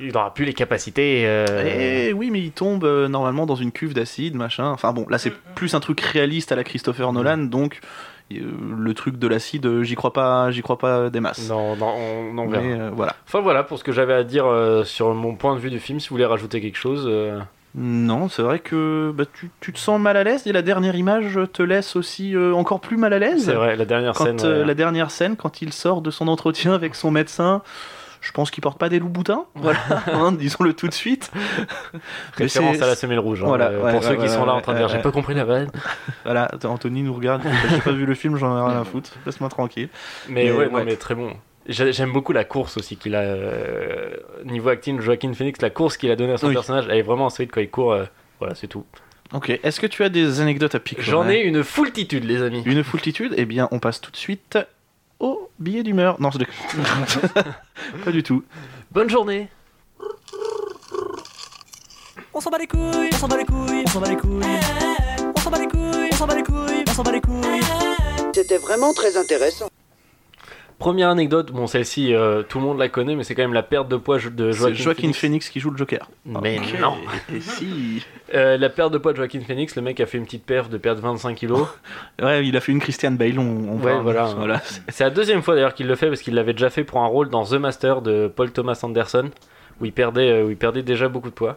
[SPEAKER 3] il n'aura plus les capacités. euh,
[SPEAKER 1] Eh oui, mais il tombe euh, normalement dans une cuve d'acide, machin. Enfin bon, là c'est plus un truc réaliste à la Christopher Nolan,
[SPEAKER 3] Mm.
[SPEAKER 1] donc euh, le truc de l'acide, euh, j'y crois pas, j'y crois pas des masses.
[SPEAKER 3] Non, non, on, on verra.
[SPEAKER 1] mais euh, voilà.
[SPEAKER 3] Enfin voilà pour ce que j'avais à dire euh, sur mon point de vue du film. Si vous voulez rajouter quelque chose, euh,
[SPEAKER 1] Non, c'est vrai que bah, tu, tu te sens mal à l'aise et la dernière image te laisse aussi euh, encore plus mal à l'aise.
[SPEAKER 3] c'est vrai, la dernière
[SPEAKER 1] Quand
[SPEAKER 3] scène.
[SPEAKER 1] euh,
[SPEAKER 3] ouais.
[SPEAKER 1] la dernière scène, quand il sort de son entretien avec son médecin, je pense qu'il porte pas des loups boutins, voilà, hein, disons-le tout de suite. Mais c'est-
[SPEAKER 3] Référence à la semelle rouge. hein,
[SPEAKER 1] Voilà,
[SPEAKER 3] euh,
[SPEAKER 1] ouais,
[SPEAKER 3] pour
[SPEAKER 1] ouais,
[SPEAKER 3] ceux qui
[SPEAKER 1] ouais,
[SPEAKER 3] sont là en train de
[SPEAKER 1] ouais,
[SPEAKER 3] dire, j'ai
[SPEAKER 1] ouais.
[SPEAKER 3] pas compris la vanne.
[SPEAKER 1] Voilà, attends, Anthony nous regarde, j'ai pas vu le film, j'en ai rien à foutre, laisse-moi tranquille.
[SPEAKER 3] Mais,
[SPEAKER 1] Mais
[SPEAKER 3] ouais, non,
[SPEAKER 1] ouais.
[SPEAKER 3] mais très bon. J'a- J'aime beaucoup la course aussi qu'il a. euh, niveau acting, Joaquin Phoenix, la course qu'il a donnée à son
[SPEAKER 1] Oui.
[SPEAKER 3] personnage, elle est vraiment solide quand il court. euh, voilà, c'est tout.
[SPEAKER 1] Ok, est-ce que tu as des anecdotes à piquer
[SPEAKER 3] J'en ai une foultitude, les amis.
[SPEAKER 1] Une foultitude Eh bien, on passe tout de suite au billet d'humeur. Non, je déconne. Pas du tout.
[SPEAKER 3] Bonne journée.
[SPEAKER 6] On s'en bat les couilles, on s'en bat les couilles, on s'en bat les couilles. On s'en bat les couilles, on s'en bat les couilles, on s'en bat les couilles.
[SPEAKER 7] C'était vraiment très intéressant.
[SPEAKER 3] Première anecdote, bon celle-ci euh, tout le monde la connaît, mais c'est quand même la perte de poids de
[SPEAKER 1] C'est
[SPEAKER 3] Euh, Joaquin,
[SPEAKER 1] Joaquin Phoenix.
[SPEAKER 3] Phoenix.
[SPEAKER 1] qui joue le Joker.
[SPEAKER 3] Mais
[SPEAKER 1] Ok.
[SPEAKER 3] non.
[SPEAKER 1] Et si
[SPEAKER 3] Euh, la perte de poids de Joaquin Phoenix, le mec a fait une petite perf de perdre 25 kilos.
[SPEAKER 1] Ouais, il a fait une Christiane Bale, on, on
[SPEAKER 3] Ouais,
[SPEAKER 1] va-
[SPEAKER 3] voilà. c'est la deuxième fois d'ailleurs qu'il le fait parce qu'il l'avait déjà fait pour un rôle dans The Master de Paul Thomas Anderson où il perdait, euh, où il perdait déjà beaucoup de poids.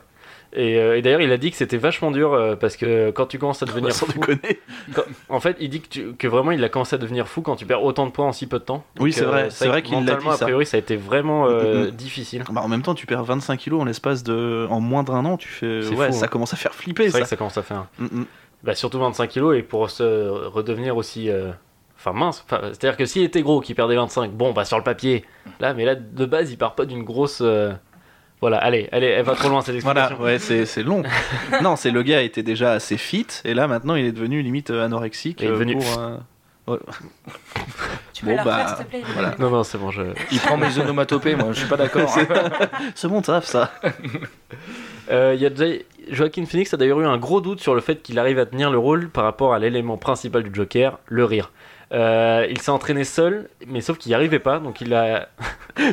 [SPEAKER 3] Et, euh, et d'ailleurs, il a dit que c'était vachement dur euh, parce que quand tu commences à devenir
[SPEAKER 1] Bah, sans
[SPEAKER 3] fou,
[SPEAKER 1] déconner.
[SPEAKER 3] quand- en fait, il dit que, tu- que vraiment il a commencé à devenir fou quand tu perds autant de poids en si peu de temps.
[SPEAKER 1] Oui,
[SPEAKER 3] Donc,
[SPEAKER 1] c'est vrai,
[SPEAKER 3] euh,
[SPEAKER 1] c'est vrai qu'il l'a
[SPEAKER 3] mentalement,
[SPEAKER 1] dit,
[SPEAKER 3] A
[SPEAKER 1] ça.
[SPEAKER 3] priori, ça a été vraiment euh,
[SPEAKER 1] Mhm.
[SPEAKER 3] difficile.
[SPEAKER 1] Bah, en même temps, tu perds 25 kilos en l'espace de. en moins d'un an, tu fais.
[SPEAKER 3] C'est
[SPEAKER 1] Ouais,
[SPEAKER 3] fou,
[SPEAKER 1] ça
[SPEAKER 3] hein.
[SPEAKER 1] commence à faire flipper
[SPEAKER 3] C'est
[SPEAKER 1] ça.
[SPEAKER 3] vrai que ça commence à faire. un-
[SPEAKER 1] Mm, mm.
[SPEAKER 3] Bah, surtout 25 kilos et pour se redevenir aussi. euh, Enfin mince, Enfin, c'est-à-dire que s'il était gros, qu'il perdait 25, bon bah sur le papier, là, mais là de base il part pas d'une grosse. euh, Voilà, allez, allez, elle va trop loin cette explication.
[SPEAKER 1] Voilà, ouais, c'est c'est long. non, c'est le gars était déjà assez fit, et là maintenant il est devenu limite euh, anorexique.
[SPEAKER 3] Il est
[SPEAKER 1] euh,
[SPEAKER 3] devenu-
[SPEAKER 1] pour, euh,
[SPEAKER 2] Tu peux
[SPEAKER 1] Bon,
[SPEAKER 2] la
[SPEAKER 1] bah,
[SPEAKER 2] refaire, s'il te plaît
[SPEAKER 1] voilà.
[SPEAKER 3] Non, non, c'est bon, je.
[SPEAKER 5] Il prend mes onomatopées, moi, je suis pas d'accord. hein.
[SPEAKER 1] C'est mon taf ça.
[SPEAKER 3] Euh, il y a déjà- Joaquin Phoenix a d'ailleurs eu un gros doute sur le fait qu'il arrive à tenir le rôle par rapport à l'élément principal du Joker, le rire. Euh, il s'est entraîné seul, mais sauf qu'il n'y arrivait pas, donc il a,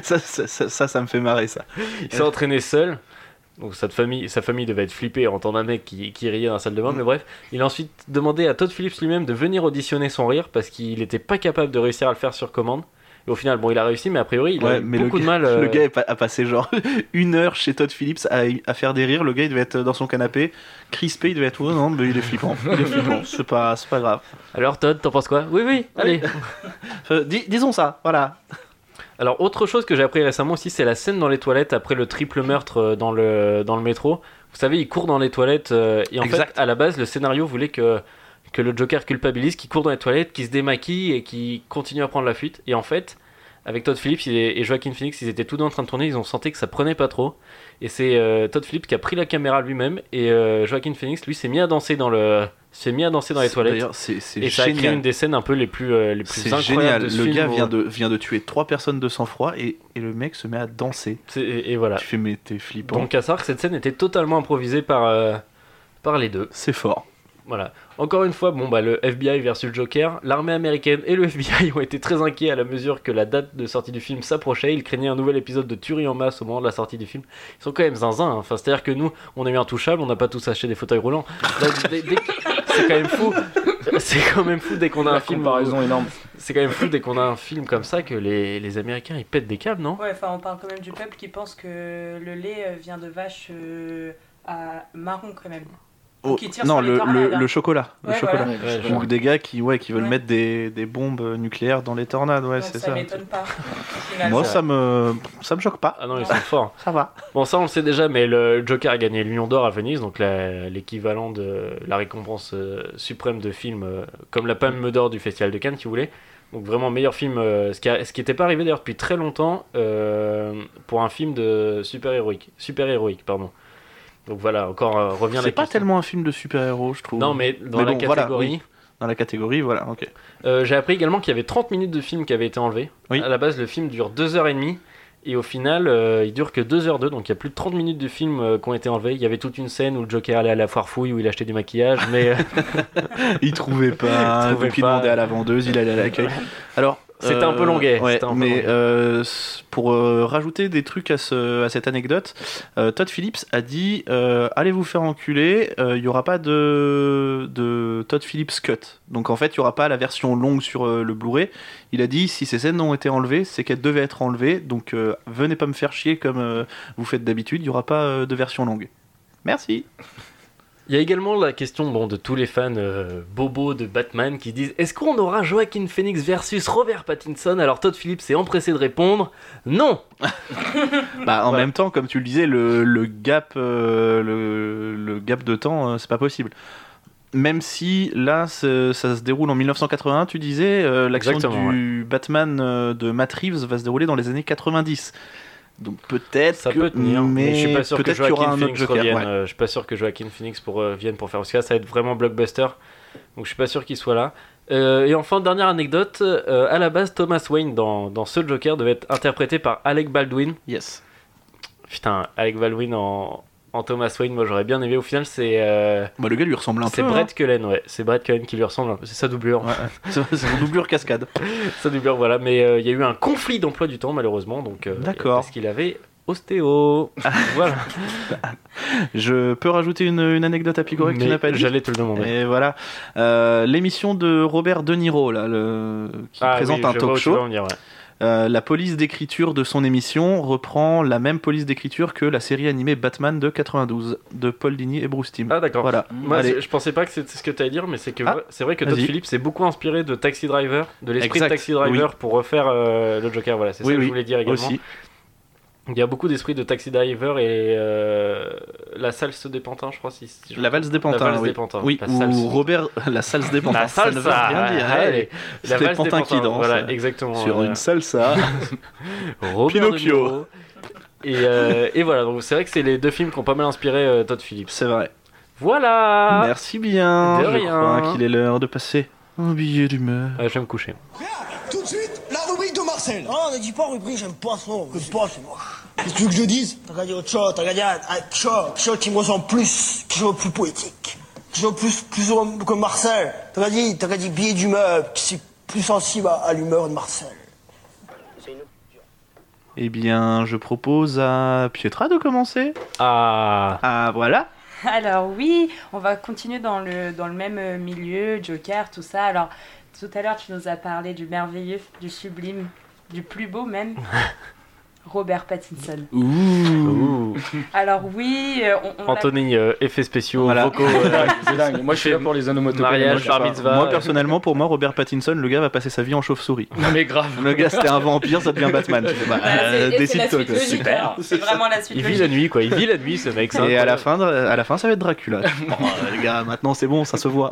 [SPEAKER 1] ça, ça, ça, ça, ça me fait marrer ça.
[SPEAKER 3] Il s'est entraîné seul. Donc sa famille, sa famille devait être flippée en entendant un mec qui, qui riait dans la salle de bain. Mais bref, il a ensuite demandé à Todd Phillips lui-même de venir auditionner son rire parce qu'il n'était pas capable de réussir à le faire sur commande. Et au final, bon, il a réussi, mais a priori, il a
[SPEAKER 1] Ouais,
[SPEAKER 3] eu
[SPEAKER 1] mais le,
[SPEAKER 3] beaucoup de
[SPEAKER 1] gars-
[SPEAKER 3] mal. euh,
[SPEAKER 1] le gars est pa- a passé genre une heure chez Todd Phillips à, à faire des rires. Le gars il devait être euh, dans son canapé, crispé, il devait être oh non, mais il est flippant, il est flippant, c'est pas, c'est pas grave.
[SPEAKER 3] Alors Todd, t'en penses quoi Oui, oui, allez.
[SPEAKER 1] Euh, dis- disons ça, voilà.
[SPEAKER 3] Alors autre chose que j'ai appris récemment aussi, c'est la scène dans les toilettes après le triple meurtre euh, dans le, dans le métro. Vous savez, il court dans les toilettes euh, et en
[SPEAKER 1] Exact.
[SPEAKER 3] fait, à la base, le scénario voulait que, que le Joker culpabilise, qui court dans les toilettes, qui se démaquille et qui continue à prendre la fuite. Et en fait, avec Todd Phillips il est- et Joaquin Phoenix, ils étaient tous deux en train de tourner, ils ont senti que ça prenait pas trop. Et c'est euh, Todd Phillips qui a pris la caméra lui-même et euh, Joaquin Phoenix, lui, s'est mis à danser dans le... S'est mis à danser dans les
[SPEAKER 1] C'est-
[SPEAKER 3] toilettes.
[SPEAKER 1] d'ailleurs, C'est c'est
[SPEAKER 3] Et ça a créé une
[SPEAKER 1] génial.
[SPEAKER 3] des scènes un peu les plus, euh, les plus
[SPEAKER 1] C'est
[SPEAKER 3] incroyables
[SPEAKER 1] génial.
[SPEAKER 3] de ce
[SPEAKER 1] Le
[SPEAKER 3] film,
[SPEAKER 1] gars
[SPEAKER 3] où-
[SPEAKER 1] vient de, vient de tuer trois personnes de sang-froid et, et le mec se met à danser.
[SPEAKER 3] C'est- Et, et voilà.
[SPEAKER 1] Tu fais, mais t'es flippant.
[SPEAKER 3] Donc à savoir que cette scène était totalement improvisée par, euh, par les deux.
[SPEAKER 1] C'est fort.
[SPEAKER 3] Voilà. Encore une fois, bon bah le FBI versus le Joker, l'armée américaine et le FBI ont été très inquiets à la mesure que la date de sortie du film s'approchait. Ils craignaient un nouvel épisode de tuerie en masse au moment de la sortie du film. Ils sont quand même zinzin. hein. Enfin, c'est-à-dire que nous, on est bien touchables, on n'a pas tous acheté des fauteuils roulants. Là, dès- dès- C'est quand même fou. C'est quand même fou dès qu'on a un film.
[SPEAKER 5] comparaison énorme.
[SPEAKER 3] C'est quand même fou dès qu'on a un film comme ça que les, les Américains ils pètent des câbles, non
[SPEAKER 2] Ouais, enfin, on parle quand même du peuple qui pense que le lait euh, vient de vaches euh, à marron quand même.
[SPEAKER 1] Oh,
[SPEAKER 2] Qui tire
[SPEAKER 1] non,
[SPEAKER 2] sur les
[SPEAKER 1] le,
[SPEAKER 2] tornades,
[SPEAKER 1] le-
[SPEAKER 2] hein.
[SPEAKER 1] le chocolat. Le
[SPEAKER 2] Ouais,
[SPEAKER 1] chocolat.
[SPEAKER 2] voilà.
[SPEAKER 3] Ouais, je-
[SPEAKER 1] Donc des gars qui, ouais, qui veulent
[SPEAKER 2] Ouais.
[SPEAKER 1] mettre des, des bombes nucléaires dans les tornades, ouais,
[SPEAKER 2] Donc
[SPEAKER 1] c'est
[SPEAKER 2] ça,
[SPEAKER 1] ça.
[SPEAKER 2] m'étonne pas. finalement.
[SPEAKER 1] Moi, ça me, ça me choque pas.
[SPEAKER 3] Ah non, ils sont forts.
[SPEAKER 1] Ça va.
[SPEAKER 3] Bon, ça on le sait déjà, mais le Joker a gagné le Lion d'Or à Venise, donc la- l'équivalent de la récompense euh, suprême de film, euh, comme la Palme d'Or du Festival de Cannes, si vous voulez. Donc vraiment meilleur film, euh, ce qui a- ce qui n'était pas arrivé d'ailleurs depuis très longtemps euh, pour un film de super-héroïque. Super-héroïque, pardon. Donc voilà, encore euh, revient la
[SPEAKER 1] C'est pas
[SPEAKER 3] question.
[SPEAKER 1] tellement un film de super-héros, je trouve.
[SPEAKER 3] Non, mais dans
[SPEAKER 1] Mais
[SPEAKER 3] la
[SPEAKER 1] bon, voilà,
[SPEAKER 3] catégorie.
[SPEAKER 1] oui. Dans la catégorie, voilà, ok.
[SPEAKER 3] Euh, j'ai appris également qu'il y avait 30 minutes de film qui avait été enlevé.
[SPEAKER 1] Oui.
[SPEAKER 3] À la base, le film dure 2h30 et au final, euh, il dure que 2h02. Donc il y a plus de 30 minutes de film euh, qui ont été enlevées. Il y avait toute une scène où le Joker allait à la foire fouille, où il achetait du maquillage, mais euh,
[SPEAKER 1] Il trouvait pas,
[SPEAKER 3] Il trouvait
[SPEAKER 1] donc il
[SPEAKER 3] pas.
[SPEAKER 1] demandait à la vendeuse, il allait à l'accueil. Alors, euh,
[SPEAKER 3] C'était un peu longuet,
[SPEAKER 1] ouais,
[SPEAKER 3] c'était un peu
[SPEAKER 1] mais
[SPEAKER 3] longuet.
[SPEAKER 1] euh, s- pour euh, rajouter des trucs à, ce- à cette anecdote, euh, Todd Phillips a dit euh, allez vous faire enculer, euh, il y aura pas de, de Todd Phillips cut. Donc en fait, il y aura pas la version longue sur euh, le Blu-ray. Il a dit si ces scènes ont été enlevées, c'est qu'elles devaient être enlevées. Donc euh, venez pas me faire chier comme euh, vous faites d'habitude. Il y aura pas euh, de version longue. Merci.
[SPEAKER 3] il y a également la question bon, de tous les fans euh, bobos de Batman qui disent Est-ce qu'on aura Joaquin Phoenix versus Robert Pattinson Alors Todd Phillips s'est empressé de répondre Non
[SPEAKER 1] Bah, en
[SPEAKER 3] Voilà.
[SPEAKER 1] même temps, comme tu le disais, le, le gap, euh, le, le gap de temps, euh, c'est pas possible. Même si là, ce- ça se déroule en 1981, tu disais, euh, l'action
[SPEAKER 3] Exactement,
[SPEAKER 1] du Batman euh, de Matt Reeves va se dérouler dans les années 90. Donc peut-être
[SPEAKER 3] Ça
[SPEAKER 1] que-
[SPEAKER 3] peut tenir, mais, je suis pas sûr que
[SPEAKER 1] peut-être qu'il y aura
[SPEAKER 3] Joaquin
[SPEAKER 1] un autre
[SPEAKER 3] Phoenix
[SPEAKER 1] Joker.
[SPEAKER 3] revienne.
[SPEAKER 1] ouais.
[SPEAKER 3] euh, je suis pas sûr que Joaquin Phoenix pour, euh, vienne pour faire parce que là, ça va être vraiment blockbuster. Donc je suis pas sûr qu'il soit là. Euh, et enfin, dernière anecdote, euh, à la base, Thomas Wayne dans, dans ce Joker devait être interprété par Alec Baldwin.
[SPEAKER 1] Yes.
[SPEAKER 3] Putain, Alec Baldwin en, en Thomas Wayne, moi j'aurais bien aimé. Au final, c'est euh,
[SPEAKER 1] Bah, le gars lui ressemble un
[SPEAKER 3] c'est
[SPEAKER 1] peu.
[SPEAKER 3] Brett Cullen, ouais. C'est Brett Cullen qui lui ressemble. un peu. C'est sa doublure.
[SPEAKER 1] hein. Ouais, C'est c'est une doublure cascade.
[SPEAKER 3] Sa doublure, voilà. Mais euh, il y a eu un conflit d'emploi du temps, malheureusement. Donc, euh,
[SPEAKER 1] D'accord.
[SPEAKER 3] Parce qu'il avait ostéo. voilà.
[SPEAKER 1] Je peux rajouter une, une anecdote à picorer que tu
[SPEAKER 3] Mais
[SPEAKER 1] n'as pas dit
[SPEAKER 3] J'allais te le demander.
[SPEAKER 1] Et voilà. Euh, L'émission de Robert De Niro, là, le- qui
[SPEAKER 3] Ah
[SPEAKER 1] présente
[SPEAKER 3] oui,
[SPEAKER 1] un
[SPEAKER 3] je vois où
[SPEAKER 1] talk
[SPEAKER 3] tu
[SPEAKER 1] show,
[SPEAKER 3] vas en venir, ouais.
[SPEAKER 1] euh, la police d'écriture de son émission reprend la même police d'écriture que la série animée Batman de 92 de Paul Dini et Bruce Timm.
[SPEAKER 3] Ah d'accord.
[SPEAKER 1] Voilà.
[SPEAKER 3] Moi,
[SPEAKER 1] Allez.
[SPEAKER 3] c'est- je pensais pas que c'était ce que tu allais dire, mais c'est que
[SPEAKER 1] Ah,
[SPEAKER 3] vrai- c'est vrai que Todd
[SPEAKER 1] vas-y.
[SPEAKER 3] Phillips s'est beaucoup inspiré de Taxi Driver, de l'esprit de
[SPEAKER 1] Exact,
[SPEAKER 3] Taxi Driver pour refaire euh, le Joker. Voilà, c'est
[SPEAKER 1] Oui,
[SPEAKER 3] ça que
[SPEAKER 1] oui,
[SPEAKER 3] je voulais dire également.
[SPEAKER 1] Aussi.
[SPEAKER 3] Il y a beaucoup d'esprit de Taxi Driver et euh, la salse des pantins, je crois. Si, si je-
[SPEAKER 1] La valse des pantins.
[SPEAKER 3] La valse
[SPEAKER 1] oui.
[SPEAKER 3] des pantins.
[SPEAKER 1] Oui,
[SPEAKER 3] La
[SPEAKER 1] où
[SPEAKER 3] salse.
[SPEAKER 1] Robert, la salse des pantins.
[SPEAKER 3] La
[SPEAKER 1] ça ne veut
[SPEAKER 3] salsa,
[SPEAKER 1] rien dire.
[SPEAKER 3] ouais,
[SPEAKER 1] Allez,
[SPEAKER 3] allez. La
[SPEAKER 1] c'est les
[SPEAKER 3] valse des
[SPEAKER 1] pantins qui dansent.
[SPEAKER 3] Voilà,
[SPEAKER 1] euh,
[SPEAKER 3] exactement.
[SPEAKER 1] Sur
[SPEAKER 3] euh,
[SPEAKER 1] une salsa.
[SPEAKER 3] Robert
[SPEAKER 1] Pinocchio.
[SPEAKER 3] De Niro. Et, euh, et voilà, donc c'est vrai que c'est les deux films qui ont pas mal inspiré euh, Todd Phillips.
[SPEAKER 1] C'est vrai.
[SPEAKER 3] Voilà
[SPEAKER 1] Merci bien.
[SPEAKER 3] Ah. de
[SPEAKER 1] Je
[SPEAKER 3] rien.
[SPEAKER 1] crois qu'il est l'heure de passer un billet d'humeur.
[SPEAKER 3] Ah, je vais me coucher.
[SPEAKER 8] Tout de suite, la rubrique de Marcel.
[SPEAKER 6] Non, ne dis pas rubrique, j'aime pas ça.
[SPEAKER 8] C'est pas, c'est moche. Qu'est-ce que tu veux que je dise
[SPEAKER 6] T'as qu'à dire autre chose, t'as qu'à dire ah, quelque chose, quelque chose qui me ressemble plus, quelque chose de plus poétique, quelque chose de plus, plus heureux que Marcel. T'as qu'à dire, t'as qu'à dire billet d'humeur, qui c'est plus sensible à, à l'humeur de Marcel.
[SPEAKER 1] Eh bien, je propose à Pietra de commencer.
[SPEAKER 3] Ah
[SPEAKER 1] Ah, voilà.
[SPEAKER 2] Alors oui, on va continuer dans le, dans le même euh, milieu, Joker, tout ça. Alors tout à l'heure, tu nous as parlé du merveilleux, du sublime, du plus beau même, Robert Pattinson.
[SPEAKER 3] Ouh.
[SPEAKER 2] Alors oui, euh, on, on l'a-
[SPEAKER 3] Anthony, euh, effets spéciaux,
[SPEAKER 1] Voilà.
[SPEAKER 3] vocaux, euh,
[SPEAKER 5] C'est dingue. Moi, je suis là pour les onomatopées.
[SPEAKER 3] mariage,
[SPEAKER 5] moi,
[SPEAKER 3] bar
[SPEAKER 5] je sais
[SPEAKER 3] mitzvah.
[SPEAKER 1] Moi, personnellement, pour moi, Robert Pattinson, le gars va passer sa vie en chauve-souris.
[SPEAKER 5] pas. Non, mais grave.
[SPEAKER 1] Le gars, c'était un vampire, ça devient Batman. Tu fais, bah,
[SPEAKER 2] Voilà, c'est-
[SPEAKER 1] euh,
[SPEAKER 2] et c'est la
[SPEAKER 1] décide-toi,
[SPEAKER 2] suite
[SPEAKER 1] quoi.
[SPEAKER 2] logique, alors. C'est vraiment la suite
[SPEAKER 3] euh, il vit
[SPEAKER 2] logique.
[SPEAKER 3] la nuit, quoi. Il vit la nuit, ce mec. c'est
[SPEAKER 1] Et à la,
[SPEAKER 3] incroyable.
[SPEAKER 1] fin, de- à la fin, ça va être Dracula. Oh, le gars, maintenant, c'est bon, ça se voit.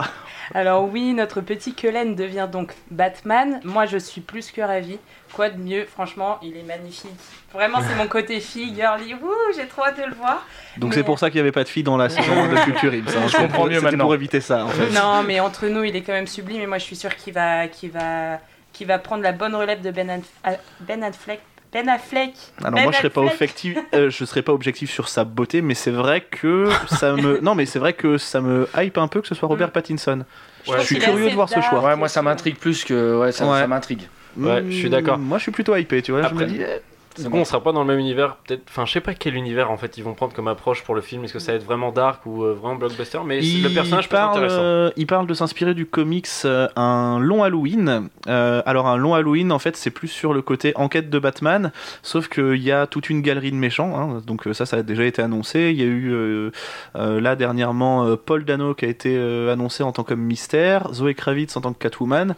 [SPEAKER 2] Alors oui, notre petit Cullen devient donc Batman. Moi, je suis plus que ravie. Quoi de mieux Franchement, il est magnifique. Vraiment, c'est mon côté fille, girly. Ouh, j'ai trop hâte de le voir.
[SPEAKER 1] Donc,
[SPEAKER 2] Mais-
[SPEAKER 1] c'est pour ça qu'il n'y avait pas de fille dans la saison de Culture Ims. hein.
[SPEAKER 5] Je comprends mieux
[SPEAKER 1] C'était
[SPEAKER 5] maintenant.
[SPEAKER 1] pour éviter ça, en fait.
[SPEAKER 2] Non, mais entre nous, il est quand même sublime. Et moi, je suis sûre qu'il va, qu'il va, qu'il va prendre la bonne relève de ah, Ben, Aff- Ben Affleck Ben Affleck.
[SPEAKER 1] Alors
[SPEAKER 2] Ben
[SPEAKER 1] Ah moi je serais pas
[SPEAKER 2] Affleck.
[SPEAKER 1] objectif, euh, je serais pas objectif sur sa beauté, mais c'est vrai que ça me, non mais c'est vrai que ça me hype un peu que ce soit Robert Pattinson.
[SPEAKER 3] Ouais,
[SPEAKER 1] je suis
[SPEAKER 2] qu'il est
[SPEAKER 1] curieux
[SPEAKER 2] assez
[SPEAKER 1] de voir ce
[SPEAKER 2] dark. hein.
[SPEAKER 1] choix.
[SPEAKER 5] Ouais, moi ça m'intrigue plus que. Ouais, ça,
[SPEAKER 1] Ouais.
[SPEAKER 5] ça m'intrigue.
[SPEAKER 3] Ouais, je suis d'accord.
[SPEAKER 1] Mm, Moi je suis plutôt hypé, tu vois.
[SPEAKER 3] Après-
[SPEAKER 1] Je me dis, eh,
[SPEAKER 3] Du coup, on sera pas dans le même univers, peut-être. Enfin, je sais pas quel univers en fait ils vont prendre comme approche pour le film. Est-ce que ça va être vraiment dark ou euh, vraiment blockbuster Mais c'est-
[SPEAKER 1] il
[SPEAKER 3] le personnage peut être
[SPEAKER 1] parle,
[SPEAKER 3] intéressant.
[SPEAKER 1] euh, il parle de s'inspirer du comics euh, un long Halloween. Euh, alors un long Halloween, en fait, c'est plus sur le côté enquête de Batman, sauf qu'il y a toute une galerie de méchants. hein. donc euh, ça, ça a déjà été annoncé. Il y a eu euh, euh, là dernièrement euh, Paul Dano qui a été euh, annoncé en tant que mystère, Zoé Kravitz en tant que Catwoman.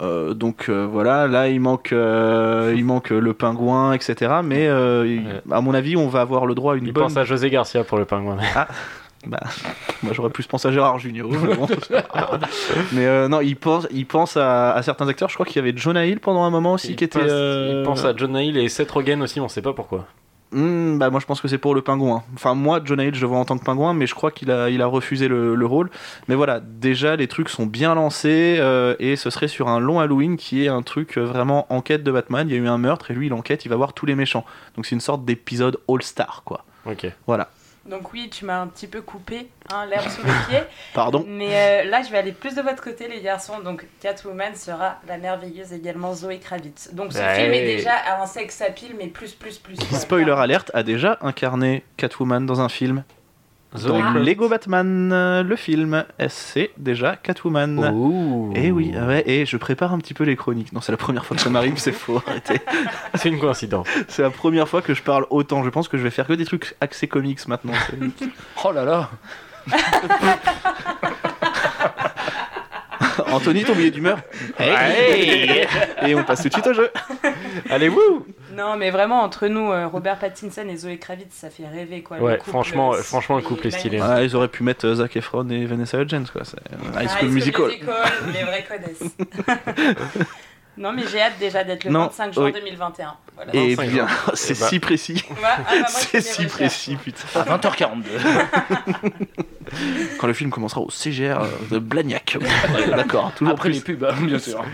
[SPEAKER 1] Euh, donc euh, voilà, là il manque, euh, il manque euh, le pingouin, etc. Mais euh, il-
[SPEAKER 3] Ouais.
[SPEAKER 1] à mon avis, on va avoir le droit à une
[SPEAKER 3] Il
[SPEAKER 1] bonne
[SPEAKER 3] pense à José Garcia pour le pingouin.
[SPEAKER 1] bah, moi j'aurais plus pensé à Gérard Junior. Mais, bon. Mais, euh, non, il pense, il pense à, à certains acteurs. Je crois qu'il y avait Jonah Hill pendant un moment aussi
[SPEAKER 3] Il
[SPEAKER 1] qui était.
[SPEAKER 3] pense-
[SPEAKER 1] euh,
[SPEAKER 3] Il pense à John Hill et Seth Rogen aussi, on sait pas pourquoi.
[SPEAKER 1] Hmm, bah moi je pense que c'est pour le pingouin. Enfin moi Jonah Hill je le vois en tant que pingouin mais je crois qu'il a, il a refusé le, le rôle. Mais voilà déjà les trucs sont bien lancés euh, et ce serait sur un long Halloween qui est un truc euh, vraiment enquête de Batman. Il y a eu un meurtre et lui il enquête, il va voir tous les méchants. Donc c'est une sorte d'épisode All Star quoi.
[SPEAKER 3] Ok.
[SPEAKER 2] Donc oui, tu m'as un petit peu coupé hein, l'herbe sous le pied.
[SPEAKER 1] Pardon.
[SPEAKER 2] Mais euh, là, je vais aller plus de votre côté, les garçons. Donc, Catwoman sera la merveilleuse également Zoé Kravitz. Donc, ce
[SPEAKER 3] Ouais.
[SPEAKER 2] film est déjà à un sex appeal, mais plus, plus, plus. quoi.
[SPEAKER 1] Spoiler alerte a déjà incarné Catwoman dans un film.
[SPEAKER 3] Zoé
[SPEAKER 1] Dans
[SPEAKER 3] Kravitz.
[SPEAKER 1] Lego Batman, euh, le film, c'est déjà Catwoman.
[SPEAKER 3] Oh. Ouh.
[SPEAKER 1] Et oui, ah ouais, et je prépare un petit peu les chroniques. Non, c'est la première fois que ça m'arrive, c'est faux, arrêtez.
[SPEAKER 3] C'est une coïncidence.
[SPEAKER 1] C'est la première fois que je parle autant. Je pense que je vais faire que des trucs axés comics maintenant. C'est-
[SPEAKER 5] Oh là là
[SPEAKER 1] Anthony, ton billet d'humeur
[SPEAKER 3] Hey
[SPEAKER 1] Et on passe tout de suite au jeu.
[SPEAKER 3] Allez, wouh
[SPEAKER 2] Non, mais vraiment, entre nous, euh, Robert Pattinson et Zoé Kravitz, ça fait rêver, quoi. le
[SPEAKER 3] Ouais,
[SPEAKER 2] couple,
[SPEAKER 3] franchement,
[SPEAKER 2] euh,
[SPEAKER 3] franchement, le couple est stylé.
[SPEAKER 1] Ah, ils auraient pu mettre euh, Zac Efron et Vanessa Hudgens, quoi. C'est euh, High School Musical.
[SPEAKER 2] les vrais connaissent. non, mais j'ai hâte déjà d'être le
[SPEAKER 1] Non,
[SPEAKER 2] 25 juin
[SPEAKER 1] oui.
[SPEAKER 2] 2021. Voilà.
[SPEAKER 1] Et
[SPEAKER 3] 25
[SPEAKER 1] bien,
[SPEAKER 3] ans.
[SPEAKER 1] c'est
[SPEAKER 3] Eh ben.
[SPEAKER 1] si précis.
[SPEAKER 2] Ouais, ah bah, moi, je fais
[SPEAKER 1] C'est
[SPEAKER 2] mes
[SPEAKER 1] si
[SPEAKER 2] recherches.
[SPEAKER 1] précis, putain.
[SPEAKER 5] À 20h42
[SPEAKER 1] Quand le film commencera au CGR euh, de Blagnac. Ouais, D'accord, toujours
[SPEAKER 5] Après
[SPEAKER 1] plus.
[SPEAKER 5] les pubs, hein, bien sûr.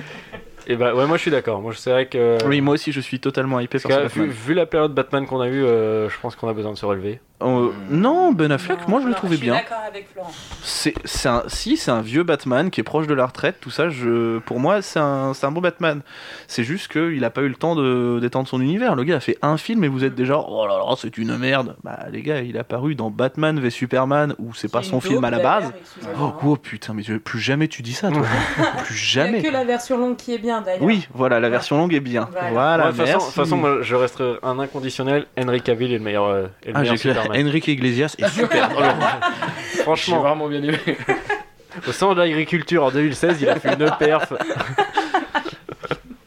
[SPEAKER 3] Et bah, ouais, moi je suis d'accord. Moi, c'est vrai que.
[SPEAKER 1] Oui, moi aussi je suis totalement hypé
[SPEAKER 3] Parce
[SPEAKER 1] par
[SPEAKER 3] que,
[SPEAKER 1] ce
[SPEAKER 3] euh, vu,
[SPEAKER 1] Batman.
[SPEAKER 3] vu la période Batman qu'on a eue, euh, je pense qu'on a besoin de se relever.
[SPEAKER 1] Euh, non, Ben Affleck,
[SPEAKER 2] Non,
[SPEAKER 1] moi je le
[SPEAKER 2] non,
[SPEAKER 1] trouvais bien.
[SPEAKER 2] Je suis d'accord avec Florent.
[SPEAKER 1] C'est c'est un, si, c'est un vieux Batman qui est proche de la retraite, tout ça, je, pour moi c'est un, c'est un bon Batman. C'est juste qu'il n'a pas eu le temps de- d'étendre son univers. Le gars a fait un film et vous êtes déjà, oh là là, c'est une merde. Bah les gars, il a paru dans Batman v Superman où c'est pas
[SPEAKER 2] Qui est
[SPEAKER 1] son
[SPEAKER 2] une
[SPEAKER 1] film à la
[SPEAKER 2] daube, d'ailleurs,
[SPEAKER 1] base. Oh,
[SPEAKER 2] excusez-moi, hein.
[SPEAKER 1] oh, putain, mais je- plus jamais tu dis ça, toi. plus
[SPEAKER 2] Il n'y a
[SPEAKER 1] jamais.
[SPEAKER 2] que la version longue qui est bien d'ailleurs.
[SPEAKER 1] Oui, voilà, la version longue est bien.
[SPEAKER 2] Voilà.
[SPEAKER 1] Voilà,
[SPEAKER 3] Ouais, de toute façon- de
[SPEAKER 1] merci.
[SPEAKER 3] toute façon, moi, je resterai un inconditionnel. Henry Cavill est le meilleur, euh, est le
[SPEAKER 1] Ah,
[SPEAKER 3] meilleur
[SPEAKER 1] j'ai cru-
[SPEAKER 3] Superman.
[SPEAKER 1] Enrique Iglesias est super. Oh là là.
[SPEAKER 5] J'ai
[SPEAKER 3] Franchement,
[SPEAKER 5] vraiment bien aimé.
[SPEAKER 3] au centre de l'agriculture en 2016, il a fait une E perf.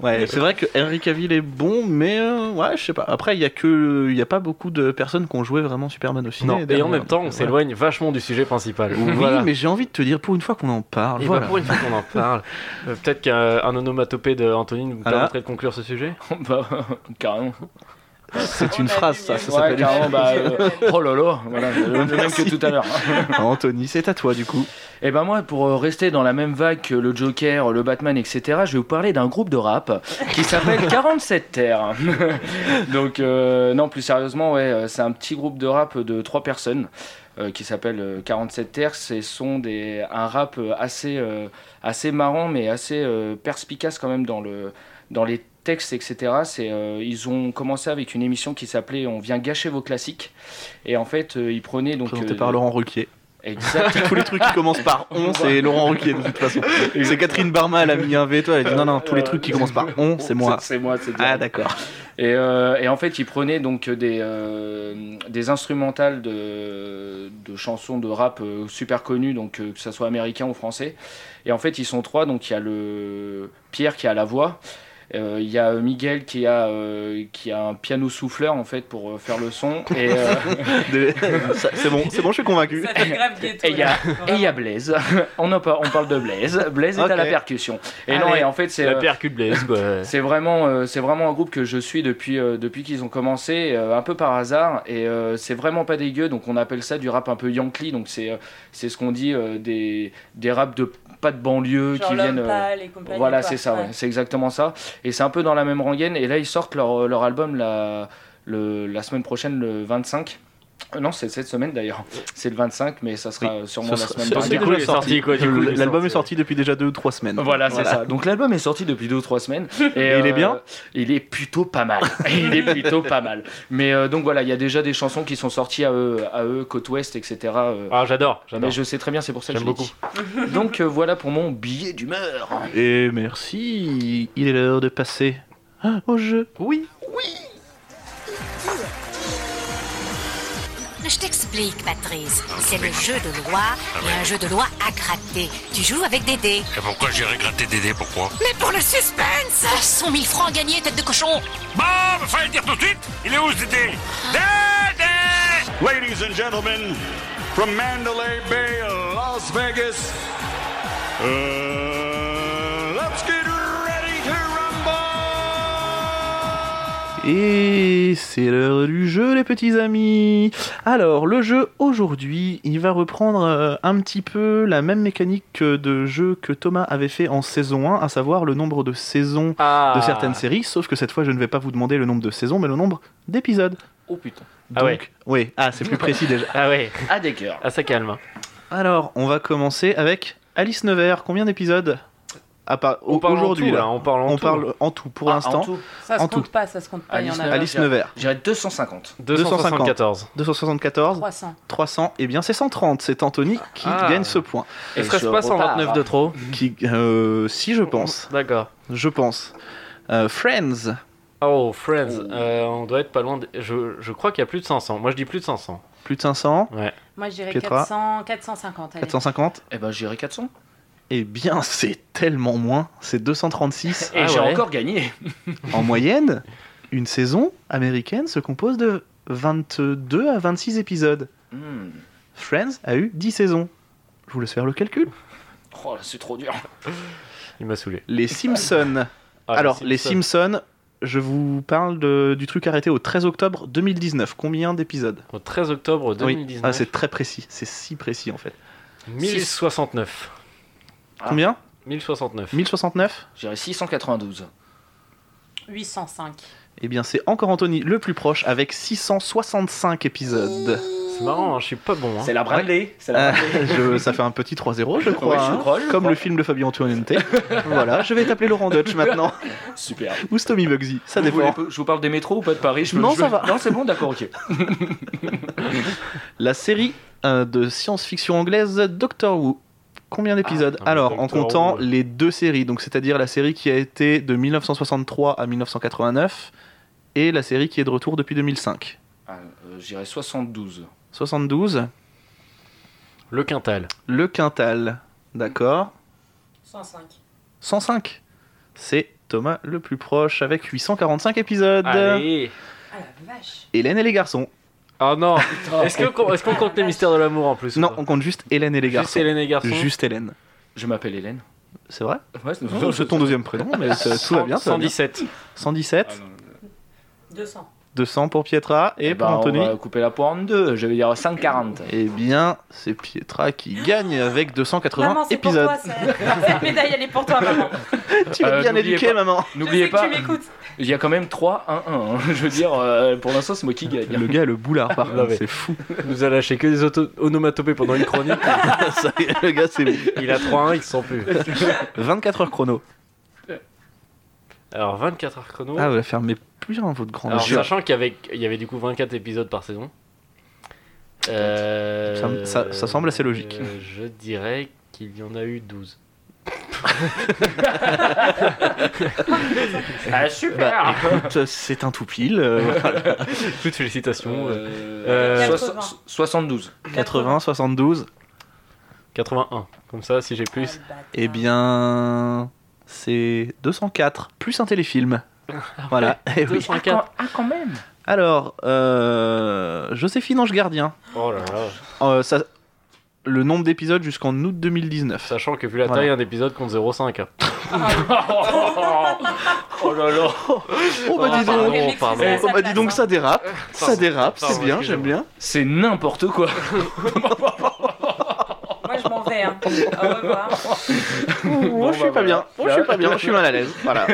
[SPEAKER 1] Ouais, c'est vrai que Henry Cavill est bon, mais euh, ouais, je sais pas. Après, il y a que, il y a pas beaucoup de personnes qui ont joué vraiment Superman au cinéma.
[SPEAKER 3] Non, et en même temps, on s'éloigne vachement du sujet principal.
[SPEAKER 1] Oui,
[SPEAKER 3] Voilà.
[SPEAKER 1] mais j'ai envie de te dire, pour une fois qu'on en parle,
[SPEAKER 3] Et bah,
[SPEAKER 1] voilà.
[SPEAKER 3] pour une fois qu'on en parle, euh, peut-être qu'un un onomatopée de Anthony nous
[SPEAKER 1] Ah là.
[SPEAKER 3] permettrait de conclure ce sujet.
[SPEAKER 5] bah, carrément.
[SPEAKER 1] c'est
[SPEAKER 2] On
[SPEAKER 1] une
[SPEAKER 2] a
[SPEAKER 1] phrase,
[SPEAKER 2] du
[SPEAKER 1] ça,
[SPEAKER 2] mieux.
[SPEAKER 1] ça
[SPEAKER 5] Ouais,
[SPEAKER 1] s'appelle.
[SPEAKER 5] carrément, bah, euh, oh là là, voilà, le le même que tout à l'heure. hein.
[SPEAKER 1] Anthony, c'est à toi du coup.
[SPEAKER 5] Et ben moi, pour euh, rester dans la même vague que le Joker, le Batman, etc., je vais vous parler d'un groupe de rap qui s'appelle 47 Terres. Donc euh, non, plus sérieusement, ouais, euh, c'est un petit groupe de rap de trois personnes euh, qui s'appelle euh, 47 Terres. Ce sont des un rap euh, assez euh, assez marrant, mais assez euh, perspicace quand même dans le dans les textes, etc. C'est euh, ils ont commencé avec une émission qui s'appelait On vient gâcher vos classiques. Et en fait, euh, ils prenaient donc
[SPEAKER 1] Présenté
[SPEAKER 5] euh,
[SPEAKER 1] par Laurent Ruquier.
[SPEAKER 5] Exact.
[SPEAKER 1] Tous les trucs qui commencent par on, c'est Laurent Ruquier de toute façon. C'est Catherine Barma, elle a mis un veto, elle a dit non, non, tous les trucs qui commencent par on, c'est moi.
[SPEAKER 5] C'est moi, c'est
[SPEAKER 1] Ah
[SPEAKER 5] bien.
[SPEAKER 1] d'accord.
[SPEAKER 5] Et, euh, et en fait, il prenait donc des, euh, des instrumentales de, de chansons de rap euh, super connues, donc euh, que ça soit américain ou français. Et en fait, ils sont trois. Donc il y a le Pierre qui a la voix. euh, Il y a Miguel qui a, euh, qui a un piano souffleur en fait pour euh, faire le son et euh,
[SPEAKER 1] Des- ça- C'est bon, c'est bon, je suis convaincu.
[SPEAKER 2] Ça fait grave ghetto.
[SPEAKER 5] Et il y a-
[SPEAKER 2] là,
[SPEAKER 5] et il
[SPEAKER 2] vraiment.
[SPEAKER 5] y a Blaise on, en par- on parle de Blaise Blaise est à la
[SPEAKER 1] Ok.
[SPEAKER 5] percussion et non
[SPEAKER 1] Allez.
[SPEAKER 5] et en fait c'est
[SPEAKER 3] La
[SPEAKER 5] euh,
[SPEAKER 3] percu de Blaise, quoi.
[SPEAKER 5] C'est vraiment, euh, c'est vraiment un groupe que je suis depuis, euh, depuis qu'ils ont commencé, euh, un peu par hasard, et euh, c'est vraiment pas dégueu. Donc on appelle ça du rap un peu yankee. Donc c'est, euh, c'est ce qu'on dit euh, des, des raps de pas de banlieue
[SPEAKER 2] Genre
[SPEAKER 5] qui
[SPEAKER 2] l'homme
[SPEAKER 5] viennent. euh,
[SPEAKER 2] pâle et compagnie,
[SPEAKER 5] voilà,
[SPEAKER 2] quoi.
[SPEAKER 5] c'est ça, ouais,
[SPEAKER 2] Ouais.
[SPEAKER 5] c'est exactement ça. Et c'est un peu dans la même rengaine. Et là, ils sortent leur, leur album la, le- la semaine prochaine, le 25. Euh, Non, c'est cette semaine d'ailleurs. C'est le 25, mais ça sera euh, sûrement
[SPEAKER 1] Ce
[SPEAKER 5] la
[SPEAKER 1] sera-
[SPEAKER 5] semaine
[SPEAKER 1] ce-
[SPEAKER 3] prochaine.
[SPEAKER 1] c'est
[SPEAKER 5] dernière.
[SPEAKER 3] Du coup, il est
[SPEAKER 1] déjà
[SPEAKER 3] sorti, quoi, du coup, il est
[SPEAKER 1] L'album est
[SPEAKER 3] sorti.
[SPEAKER 1] sorti depuis déjà deux ou trois semaines.
[SPEAKER 5] Voilà, c'est ça. Donc l'album est sorti depuis deux ou trois semaines. Et, euh,
[SPEAKER 1] il est bien
[SPEAKER 5] Il est plutôt pas mal. il est plutôt pas mal. Mais euh, donc voilà, il y a déjà des chansons qui sont sorties à eux, à eux côte ouest, etc. euh,
[SPEAKER 3] Ah, j'adore, j'adore.
[SPEAKER 5] mais je sais très bien, c'est pour ça que je
[SPEAKER 3] J'aime
[SPEAKER 5] l'ai dit. Donc euh, voilà pour mon billet d'humeur.
[SPEAKER 1] Et merci, il est l'heure de passer ah, au jeu. Oui.
[SPEAKER 9] Je t'explique, Patrice. C'est le jeu de loi et un jeu de loi à gratter. Tu joues avec des dés.
[SPEAKER 10] Et pourquoi j'irai gratter des dés Pourquoi
[SPEAKER 9] Mais pour le suspense 100 000 francs gagnés, tête de cochon
[SPEAKER 10] Bon, bah, fallait le dire tout de suite Il est où ce dé Dé
[SPEAKER 8] Ladies and gentlemen, from Mandalay Bay, Las Vegas, uh, let's get ready to
[SPEAKER 1] Et c'est l'heure du jeu, les petits amis. Alors, le jeu aujourd'hui, il va reprendre euh, un petit peu la même mécanique que de jeu que Thomas avait fait en saison 1, à savoir le nombre de saisons
[SPEAKER 3] Ah.
[SPEAKER 1] de certaines séries, sauf que cette fois, je ne vais pas vous demander le nombre de saisons, mais le nombre d'épisodes.
[SPEAKER 5] Oh putain.
[SPEAKER 3] Ah ouais.
[SPEAKER 1] Oui, ah, c'est plus précis déjà.
[SPEAKER 3] Ah ouais,
[SPEAKER 5] À des cœurs.
[SPEAKER 3] ah ça calme.
[SPEAKER 1] Alors, on va commencer avec Alice Nevers. Combien d'épisodes à part
[SPEAKER 3] On parle en
[SPEAKER 1] aujourd'hui
[SPEAKER 3] tout,
[SPEAKER 1] là
[SPEAKER 3] là, on parle en
[SPEAKER 1] On
[SPEAKER 3] tout.
[SPEAKER 1] parle en tout pour
[SPEAKER 5] Ah, en
[SPEAKER 1] l'instant.
[SPEAKER 5] tout,
[SPEAKER 2] Ça se
[SPEAKER 1] En
[SPEAKER 2] compte
[SPEAKER 1] tout.
[SPEAKER 2] pas, ça se compte pas, euh, il y en a
[SPEAKER 5] Alice-
[SPEAKER 1] Alice Nevers.
[SPEAKER 5] J'irai 250.
[SPEAKER 3] 274.
[SPEAKER 1] 274,
[SPEAKER 2] 300.
[SPEAKER 1] 300, et eh bien c'est 130. C'est Anthony qui
[SPEAKER 3] Ah.
[SPEAKER 1] gagne ce point.
[SPEAKER 3] Est-ce que c'est pas 129 de trop
[SPEAKER 1] Qui, euh, si je pense,
[SPEAKER 3] D'accord.
[SPEAKER 1] je pense. Euh, Friends,
[SPEAKER 3] Oh, Friends, euh, on doit être pas loin. de- Je, je crois qu'il y a plus de 500. Moi, je dis plus de 500.
[SPEAKER 1] plus de 500,
[SPEAKER 2] Moi, je dirais
[SPEAKER 1] Pietra.
[SPEAKER 2] 400, 450. Allez.
[SPEAKER 1] 450.
[SPEAKER 5] Eh ben j'irai 400.
[SPEAKER 1] Eh bien, c'est tellement moins. C'est 236
[SPEAKER 5] Et
[SPEAKER 3] Ah
[SPEAKER 5] j'ai
[SPEAKER 3] ouais.
[SPEAKER 5] encore gagné.
[SPEAKER 1] en moyenne. Une saison américaine se compose de 22 à 26 épisodes.
[SPEAKER 5] Hmm.
[SPEAKER 1] Friends a eu 10 saisons. Je vous laisse faire le calcul.
[SPEAKER 5] Oh là, c'est trop dur.
[SPEAKER 3] Il m'a saoulé.
[SPEAKER 1] Les Simpsons.
[SPEAKER 3] Ah,
[SPEAKER 1] Alors, les Simpsons, je vous parle de- du truc arrêté au 13 octobre 2019. Combien d'épisodes
[SPEAKER 3] Au 13 octobre
[SPEAKER 1] Oui.
[SPEAKER 3] 2019.
[SPEAKER 1] Ah, c'est très précis. C'est si précis en fait.
[SPEAKER 3] 1069.
[SPEAKER 5] Ah.
[SPEAKER 1] Combien
[SPEAKER 3] 1069.
[SPEAKER 1] 1069
[SPEAKER 5] J'irai 692.
[SPEAKER 2] 805.
[SPEAKER 1] Eh bien, c'est encore Anthony le plus proche avec 665 épisodes.
[SPEAKER 5] Oh.
[SPEAKER 3] C'est marrant, hein, je suis pas bon. hein.
[SPEAKER 5] C'est la Bradley. C'est la
[SPEAKER 1] Euh,
[SPEAKER 5] Bradley.
[SPEAKER 1] je- ça fait un petit 3-0, je crois.
[SPEAKER 5] Oui, je
[SPEAKER 1] hein.
[SPEAKER 5] crois, je
[SPEAKER 1] Comme
[SPEAKER 5] crois.
[SPEAKER 1] le film de Fabien Antoinette. voilà, je vais t'appeler Laurent Dutch maintenant.
[SPEAKER 5] Super.
[SPEAKER 1] Ou Stomy Bugsy, ça
[SPEAKER 5] Vous voulez
[SPEAKER 1] dépend.
[SPEAKER 5] pas- je vous parle des métros ou pas de Paris Je me-
[SPEAKER 1] Non,
[SPEAKER 5] je
[SPEAKER 1] ça
[SPEAKER 5] me-
[SPEAKER 1] va.
[SPEAKER 5] Non, c'est bon, d'accord, ok.
[SPEAKER 1] La série euh, de science-fiction anglaise Doctor Who. Combien d'épisodes
[SPEAKER 3] Ah, mais
[SPEAKER 1] Alors, en
[SPEAKER 3] Doctor
[SPEAKER 1] comptant
[SPEAKER 3] Who.
[SPEAKER 1] les deux séries, donc c'est-à-dire la série qui a été de 1963 à 1989 et la série qui est de retour depuis 2005.
[SPEAKER 5] Ah, euh, J'irai 72.
[SPEAKER 1] 72,
[SPEAKER 3] Le quintal.
[SPEAKER 1] le quintal. D'accord.
[SPEAKER 2] 105.
[SPEAKER 1] 105. C'est Thomas le plus proche avec 845 épisodes.
[SPEAKER 3] Allez.
[SPEAKER 2] Ah la vache.
[SPEAKER 1] Hélène et les garçons.
[SPEAKER 3] Oh non. Est-ce que- est-ce qu'on compte les mystères de l'amour en plus ou
[SPEAKER 1] Non,
[SPEAKER 3] pas
[SPEAKER 1] on compte juste Hélène et les
[SPEAKER 3] Juste
[SPEAKER 1] garçons.
[SPEAKER 3] Hélène et Garçon.
[SPEAKER 1] Juste Hélène.
[SPEAKER 5] Je m'appelle Hélène.
[SPEAKER 1] C'est vrai
[SPEAKER 5] Ouais, c'est
[SPEAKER 1] C'est ton deuxième prénom, mais ça- euh, tout va bien. ça va bien.
[SPEAKER 3] 117.
[SPEAKER 1] 117.
[SPEAKER 5] Ah non,
[SPEAKER 2] 200.
[SPEAKER 1] 200 pour Pietra et
[SPEAKER 5] ben,
[SPEAKER 1] pour Anthony.
[SPEAKER 5] On va couper la poire en deux. Je vais dire 540.
[SPEAKER 1] Eh bien, c'est Pietra qui gagne avec 280
[SPEAKER 2] Maman, c'est pour
[SPEAKER 1] épisodes.
[SPEAKER 2] toi, ça. cette médaille, elle est pour toi, maman.
[SPEAKER 1] tu es
[SPEAKER 5] Euh,
[SPEAKER 1] bien
[SPEAKER 5] n'oubliez
[SPEAKER 1] éduqué,
[SPEAKER 5] pas-
[SPEAKER 1] maman.
[SPEAKER 2] je
[SPEAKER 5] N'oubliez
[SPEAKER 2] sais
[SPEAKER 5] pas,
[SPEAKER 2] que tu m'écoutes.
[SPEAKER 5] il y a quand même 3-1-1. hein. Je veux dire, euh, pour l'instant, c'est moi qui gagne.
[SPEAKER 1] Le gars, le boulard, par
[SPEAKER 3] Non,
[SPEAKER 1] contre,
[SPEAKER 3] mais-
[SPEAKER 1] c'est fou.
[SPEAKER 3] Il nous a lâché que des auto- onomatopées pendant une chronique.
[SPEAKER 1] Ça y est, le gars, c'est bon.
[SPEAKER 3] Il a 3-1, il se sent plus.
[SPEAKER 1] 24 heures chrono.
[SPEAKER 3] Alors 24 heures chrono.
[SPEAKER 1] Ah, vous la fermez plus en votre grande
[SPEAKER 3] Alors,
[SPEAKER 1] gueule.
[SPEAKER 3] sachant qu'il y avait, il y avait du coup 24 épisodes par saison. Euh,
[SPEAKER 1] Ça me- ça- ça semble assez logique.
[SPEAKER 3] euh, je dirais qu'il y en a eu 12.
[SPEAKER 5] Ah, super
[SPEAKER 1] Bah, écoute, c'est un tout pile. euh,
[SPEAKER 3] Toutes félicitations. euh,
[SPEAKER 5] Euh, soix-
[SPEAKER 2] 80.
[SPEAKER 5] 72.
[SPEAKER 1] 80, 72.
[SPEAKER 3] 81. Comme ça, si j'ai plus.
[SPEAKER 2] Ah, le bâtard.
[SPEAKER 1] Eh bien, c'est 204 plus un téléfilm.
[SPEAKER 2] Ah
[SPEAKER 1] Voilà. Eh oui.
[SPEAKER 3] 204.
[SPEAKER 5] Ah, quand même
[SPEAKER 1] Alors, euh, Joséphine Ange Gardien.
[SPEAKER 3] Oh là là.
[SPEAKER 1] Euh, ça- le nombre d'épisodes jusqu'en août 2019.
[SPEAKER 3] Sachant que vu la
[SPEAKER 1] Voilà.
[SPEAKER 3] taille, un épisode compte 0,5. hein.
[SPEAKER 5] Oh là là
[SPEAKER 1] Oh bah
[SPEAKER 2] Ah,
[SPEAKER 1] dis
[SPEAKER 2] pardon,
[SPEAKER 1] donc,
[SPEAKER 2] Rémi,
[SPEAKER 3] oh, pardon.
[SPEAKER 2] c'est à
[SPEAKER 1] oh,
[SPEAKER 2] sa
[SPEAKER 1] bah, dis
[SPEAKER 2] place,
[SPEAKER 1] donc
[SPEAKER 2] hein.
[SPEAKER 1] ça dérape, ça
[SPEAKER 3] Pardon.
[SPEAKER 1] dérape, c'est
[SPEAKER 3] Pardon,
[SPEAKER 1] bien, j'aime bien.
[SPEAKER 5] C'est n'importe quoi
[SPEAKER 2] Moi, je m'en santé. hein. Au revoir.
[SPEAKER 1] Moi, je suis pas bien. Moi, je suis pas bien. Je suis mal à l'aise. Voilà.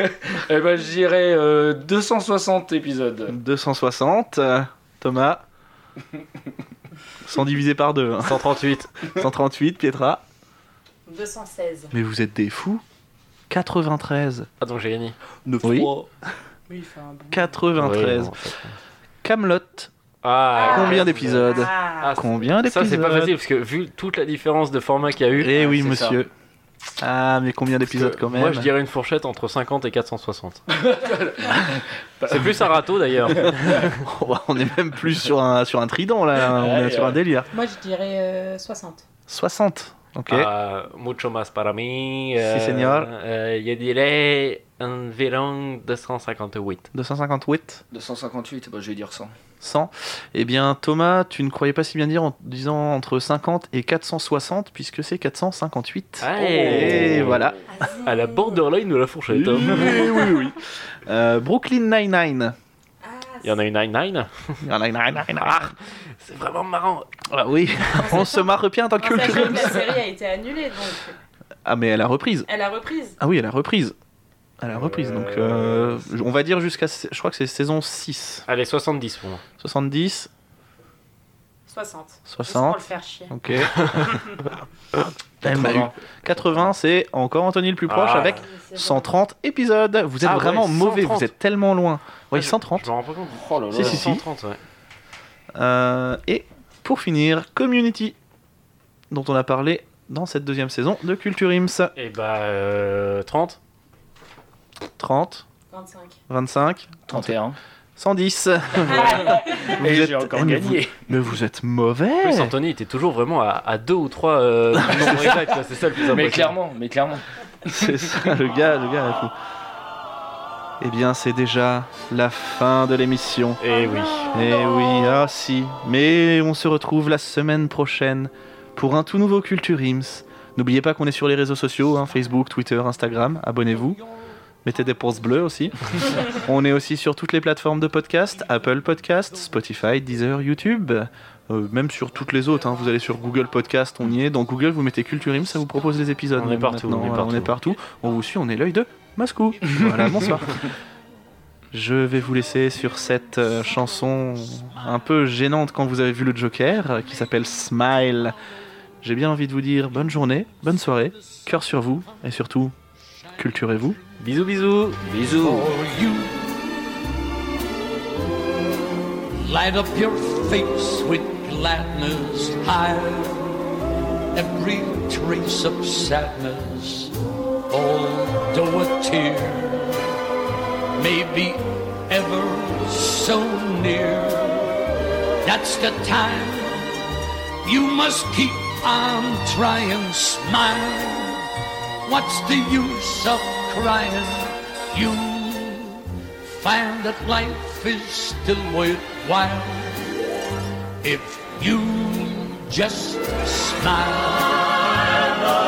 [SPEAKER 5] Eh ben, je dirais euh, 260 épisodes.
[SPEAKER 1] 260. euh, Thomas. 100 divisé par 2.
[SPEAKER 3] 138.
[SPEAKER 1] 138, Pietra.
[SPEAKER 2] 216.
[SPEAKER 1] Mais vous êtes des fous. 93.
[SPEAKER 3] Ah, donc j'ai gagné.
[SPEAKER 1] Oui.
[SPEAKER 2] Oui, il fait un bon.
[SPEAKER 1] 93. Camelot.
[SPEAKER 3] Ah,
[SPEAKER 1] Combien d'épisodes
[SPEAKER 2] Ah,
[SPEAKER 3] Ah,
[SPEAKER 1] Combien
[SPEAKER 3] Ça,
[SPEAKER 1] d'épisodes
[SPEAKER 3] c'est pas facile parce que vu toute la différence de format qu'il y a eu.
[SPEAKER 1] Eh oui,
[SPEAKER 5] c'est
[SPEAKER 1] monsieur. Ah, mais combien d'épisodes
[SPEAKER 3] euh,
[SPEAKER 1] quand même
[SPEAKER 3] Moi, je dirais une fourchette entre 50 et 460. c'est plus un râteau d'ailleurs.
[SPEAKER 1] On est même plus sur un, sur un trident là, on est
[SPEAKER 5] Ouais,
[SPEAKER 1] sur un
[SPEAKER 5] ouais.
[SPEAKER 1] délire.
[SPEAKER 11] Moi, je dirais euh, 60.
[SPEAKER 1] 60. Ok.
[SPEAKER 3] Ah, mucho más para mí. euh,
[SPEAKER 1] Si, señor.
[SPEAKER 3] euh, je dirais environ 258.
[SPEAKER 1] 258,
[SPEAKER 5] 258, bah, je vais dire 100.
[SPEAKER 1] 100. Eh bien, Thomas, tu ne croyais pas si bien dire en disant entre 50 et 460, puisque c'est 458.
[SPEAKER 3] Hey.
[SPEAKER 1] Et voilà.
[SPEAKER 3] Ah, À
[SPEAKER 2] Ah,
[SPEAKER 3] la borderline de la fourchette. hein.
[SPEAKER 1] Oui, oui, oui. Euh, Brooklyn Nine-Nine.
[SPEAKER 3] Il y en a une 99.
[SPEAKER 1] Nine-Nine. Ah,
[SPEAKER 3] C'est vraiment marrant.
[SPEAKER 1] voilà, oui, on se marre bien en tant que
[SPEAKER 2] Non, sachant
[SPEAKER 1] culture.
[SPEAKER 2] que la série a été annulée, donc
[SPEAKER 1] Ah, mais elle a reprise.
[SPEAKER 2] elle a reprise.
[SPEAKER 1] Ah oui, elle a reprise. Elle a reprise,
[SPEAKER 3] Euh,
[SPEAKER 1] donc euh, on va dire jusqu'à. Je crois que c'est saison 6.
[SPEAKER 3] Allez, 70 pour moi.
[SPEAKER 1] 70,
[SPEAKER 2] 60. Juste pour
[SPEAKER 1] 60.
[SPEAKER 2] le faire chier.
[SPEAKER 1] Ok. T'as eu 80, c'est encore Anthony le plus proche
[SPEAKER 3] Ah.
[SPEAKER 1] avec 130 épisodes. Vous êtes
[SPEAKER 3] Ah ouais,
[SPEAKER 1] vraiment mauvais,
[SPEAKER 3] 130.
[SPEAKER 1] vous êtes tellement loin.
[SPEAKER 3] Ah,
[SPEAKER 1] Oui,
[SPEAKER 3] je- Je
[SPEAKER 1] 130.
[SPEAKER 3] me rends pas compte.
[SPEAKER 5] Oh là là.
[SPEAKER 1] Si, si, si.
[SPEAKER 3] 130, ouais.
[SPEAKER 1] Euh, et pour finir, Community, dont on a parlé dans cette deuxième saison de Culture Ims.
[SPEAKER 3] Et bah, euh, 30.
[SPEAKER 1] 30,
[SPEAKER 2] 25.
[SPEAKER 1] 25,
[SPEAKER 5] 31.
[SPEAKER 1] 110.
[SPEAKER 2] Ah,
[SPEAKER 1] Vous
[SPEAKER 5] Et
[SPEAKER 1] êtes-
[SPEAKER 5] j'ai encore
[SPEAKER 1] eh, mais
[SPEAKER 5] gagné.
[SPEAKER 1] vous- Mais vous êtes
[SPEAKER 3] En
[SPEAKER 1] mauvais.
[SPEAKER 3] plus, Anthony était toujours vraiment à, à deux ou trois euh, nombres exacts, quoi, c'est ça le plus important.
[SPEAKER 5] Mais clairement, mais clairement.
[SPEAKER 1] C'est ça, le gars, le gars est fou. Eh bien, c'est déjà la fin de l'émission.
[SPEAKER 3] Et oui.
[SPEAKER 1] Eh
[SPEAKER 2] Oh.
[SPEAKER 1] oui, ah si. Mais on se retrouve la semaine prochaine pour un tout nouveau Culture Ims. N'oubliez pas qu'on est sur les réseaux sociaux, hein, Facebook, Twitter, Instagram. Abonnez-vous. Mettez des pouces bleus aussi. on est aussi sur toutes les plateformes de podcast, Apple Podcast, Spotify, Deezer, YouTube. Euh, même sur toutes les autres, hein. vous allez sur Google Podcast, on y est. Dans Google, vous mettez Culture Ims, ça vous propose les épisodes.
[SPEAKER 3] On est
[SPEAKER 1] Même
[SPEAKER 3] partout,
[SPEAKER 1] maintenant,
[SPEAKER 3] on est
[SPEAKER 1] voilà,
[SPEAKER 3] partout.
[SPEAKER 1] partout. On vous suit, on est l'œil de Moscou. voilà, bonsoir. Je vais vous laisser sur cette euh, chanson un peu gênante quand vous avez vu le Joker, euh, qui s'appelle Smile. J'ai bien envie de vous dire bonne journée, bonne soirée, cœur sur vous, et surtout, culturez-vous.
[SPEAKER 3] Bisous, bisous.
[SPEAKER 5] Bisous.
[SPEAKER 10] Light up your face with gladness high. Every trace of sadness, although a tear may be ever so near. That's the time you must keep on trying. Smile. What's the use of crying? You find that life is still worthwhile if you just smile.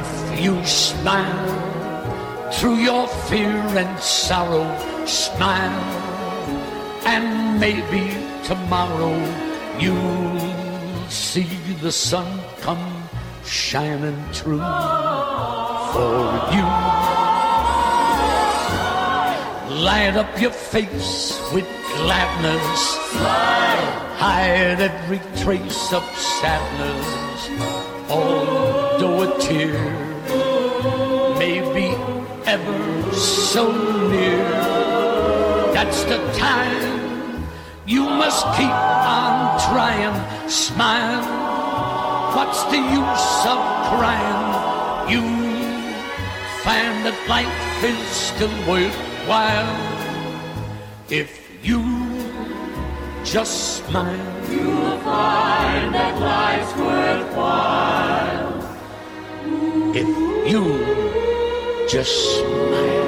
[SPEAKER 10] If you smile through your fear and sorrow, smile, and maybe tomorrow you'll see the sun come shining through for you. Light up your face with gladness, hide every trace of sadness, although a tear may be ever so near. That's the time you must keep on trying. Smile. What's the use of crying? You find that life is still worthwhile if you just smile. If you just smile.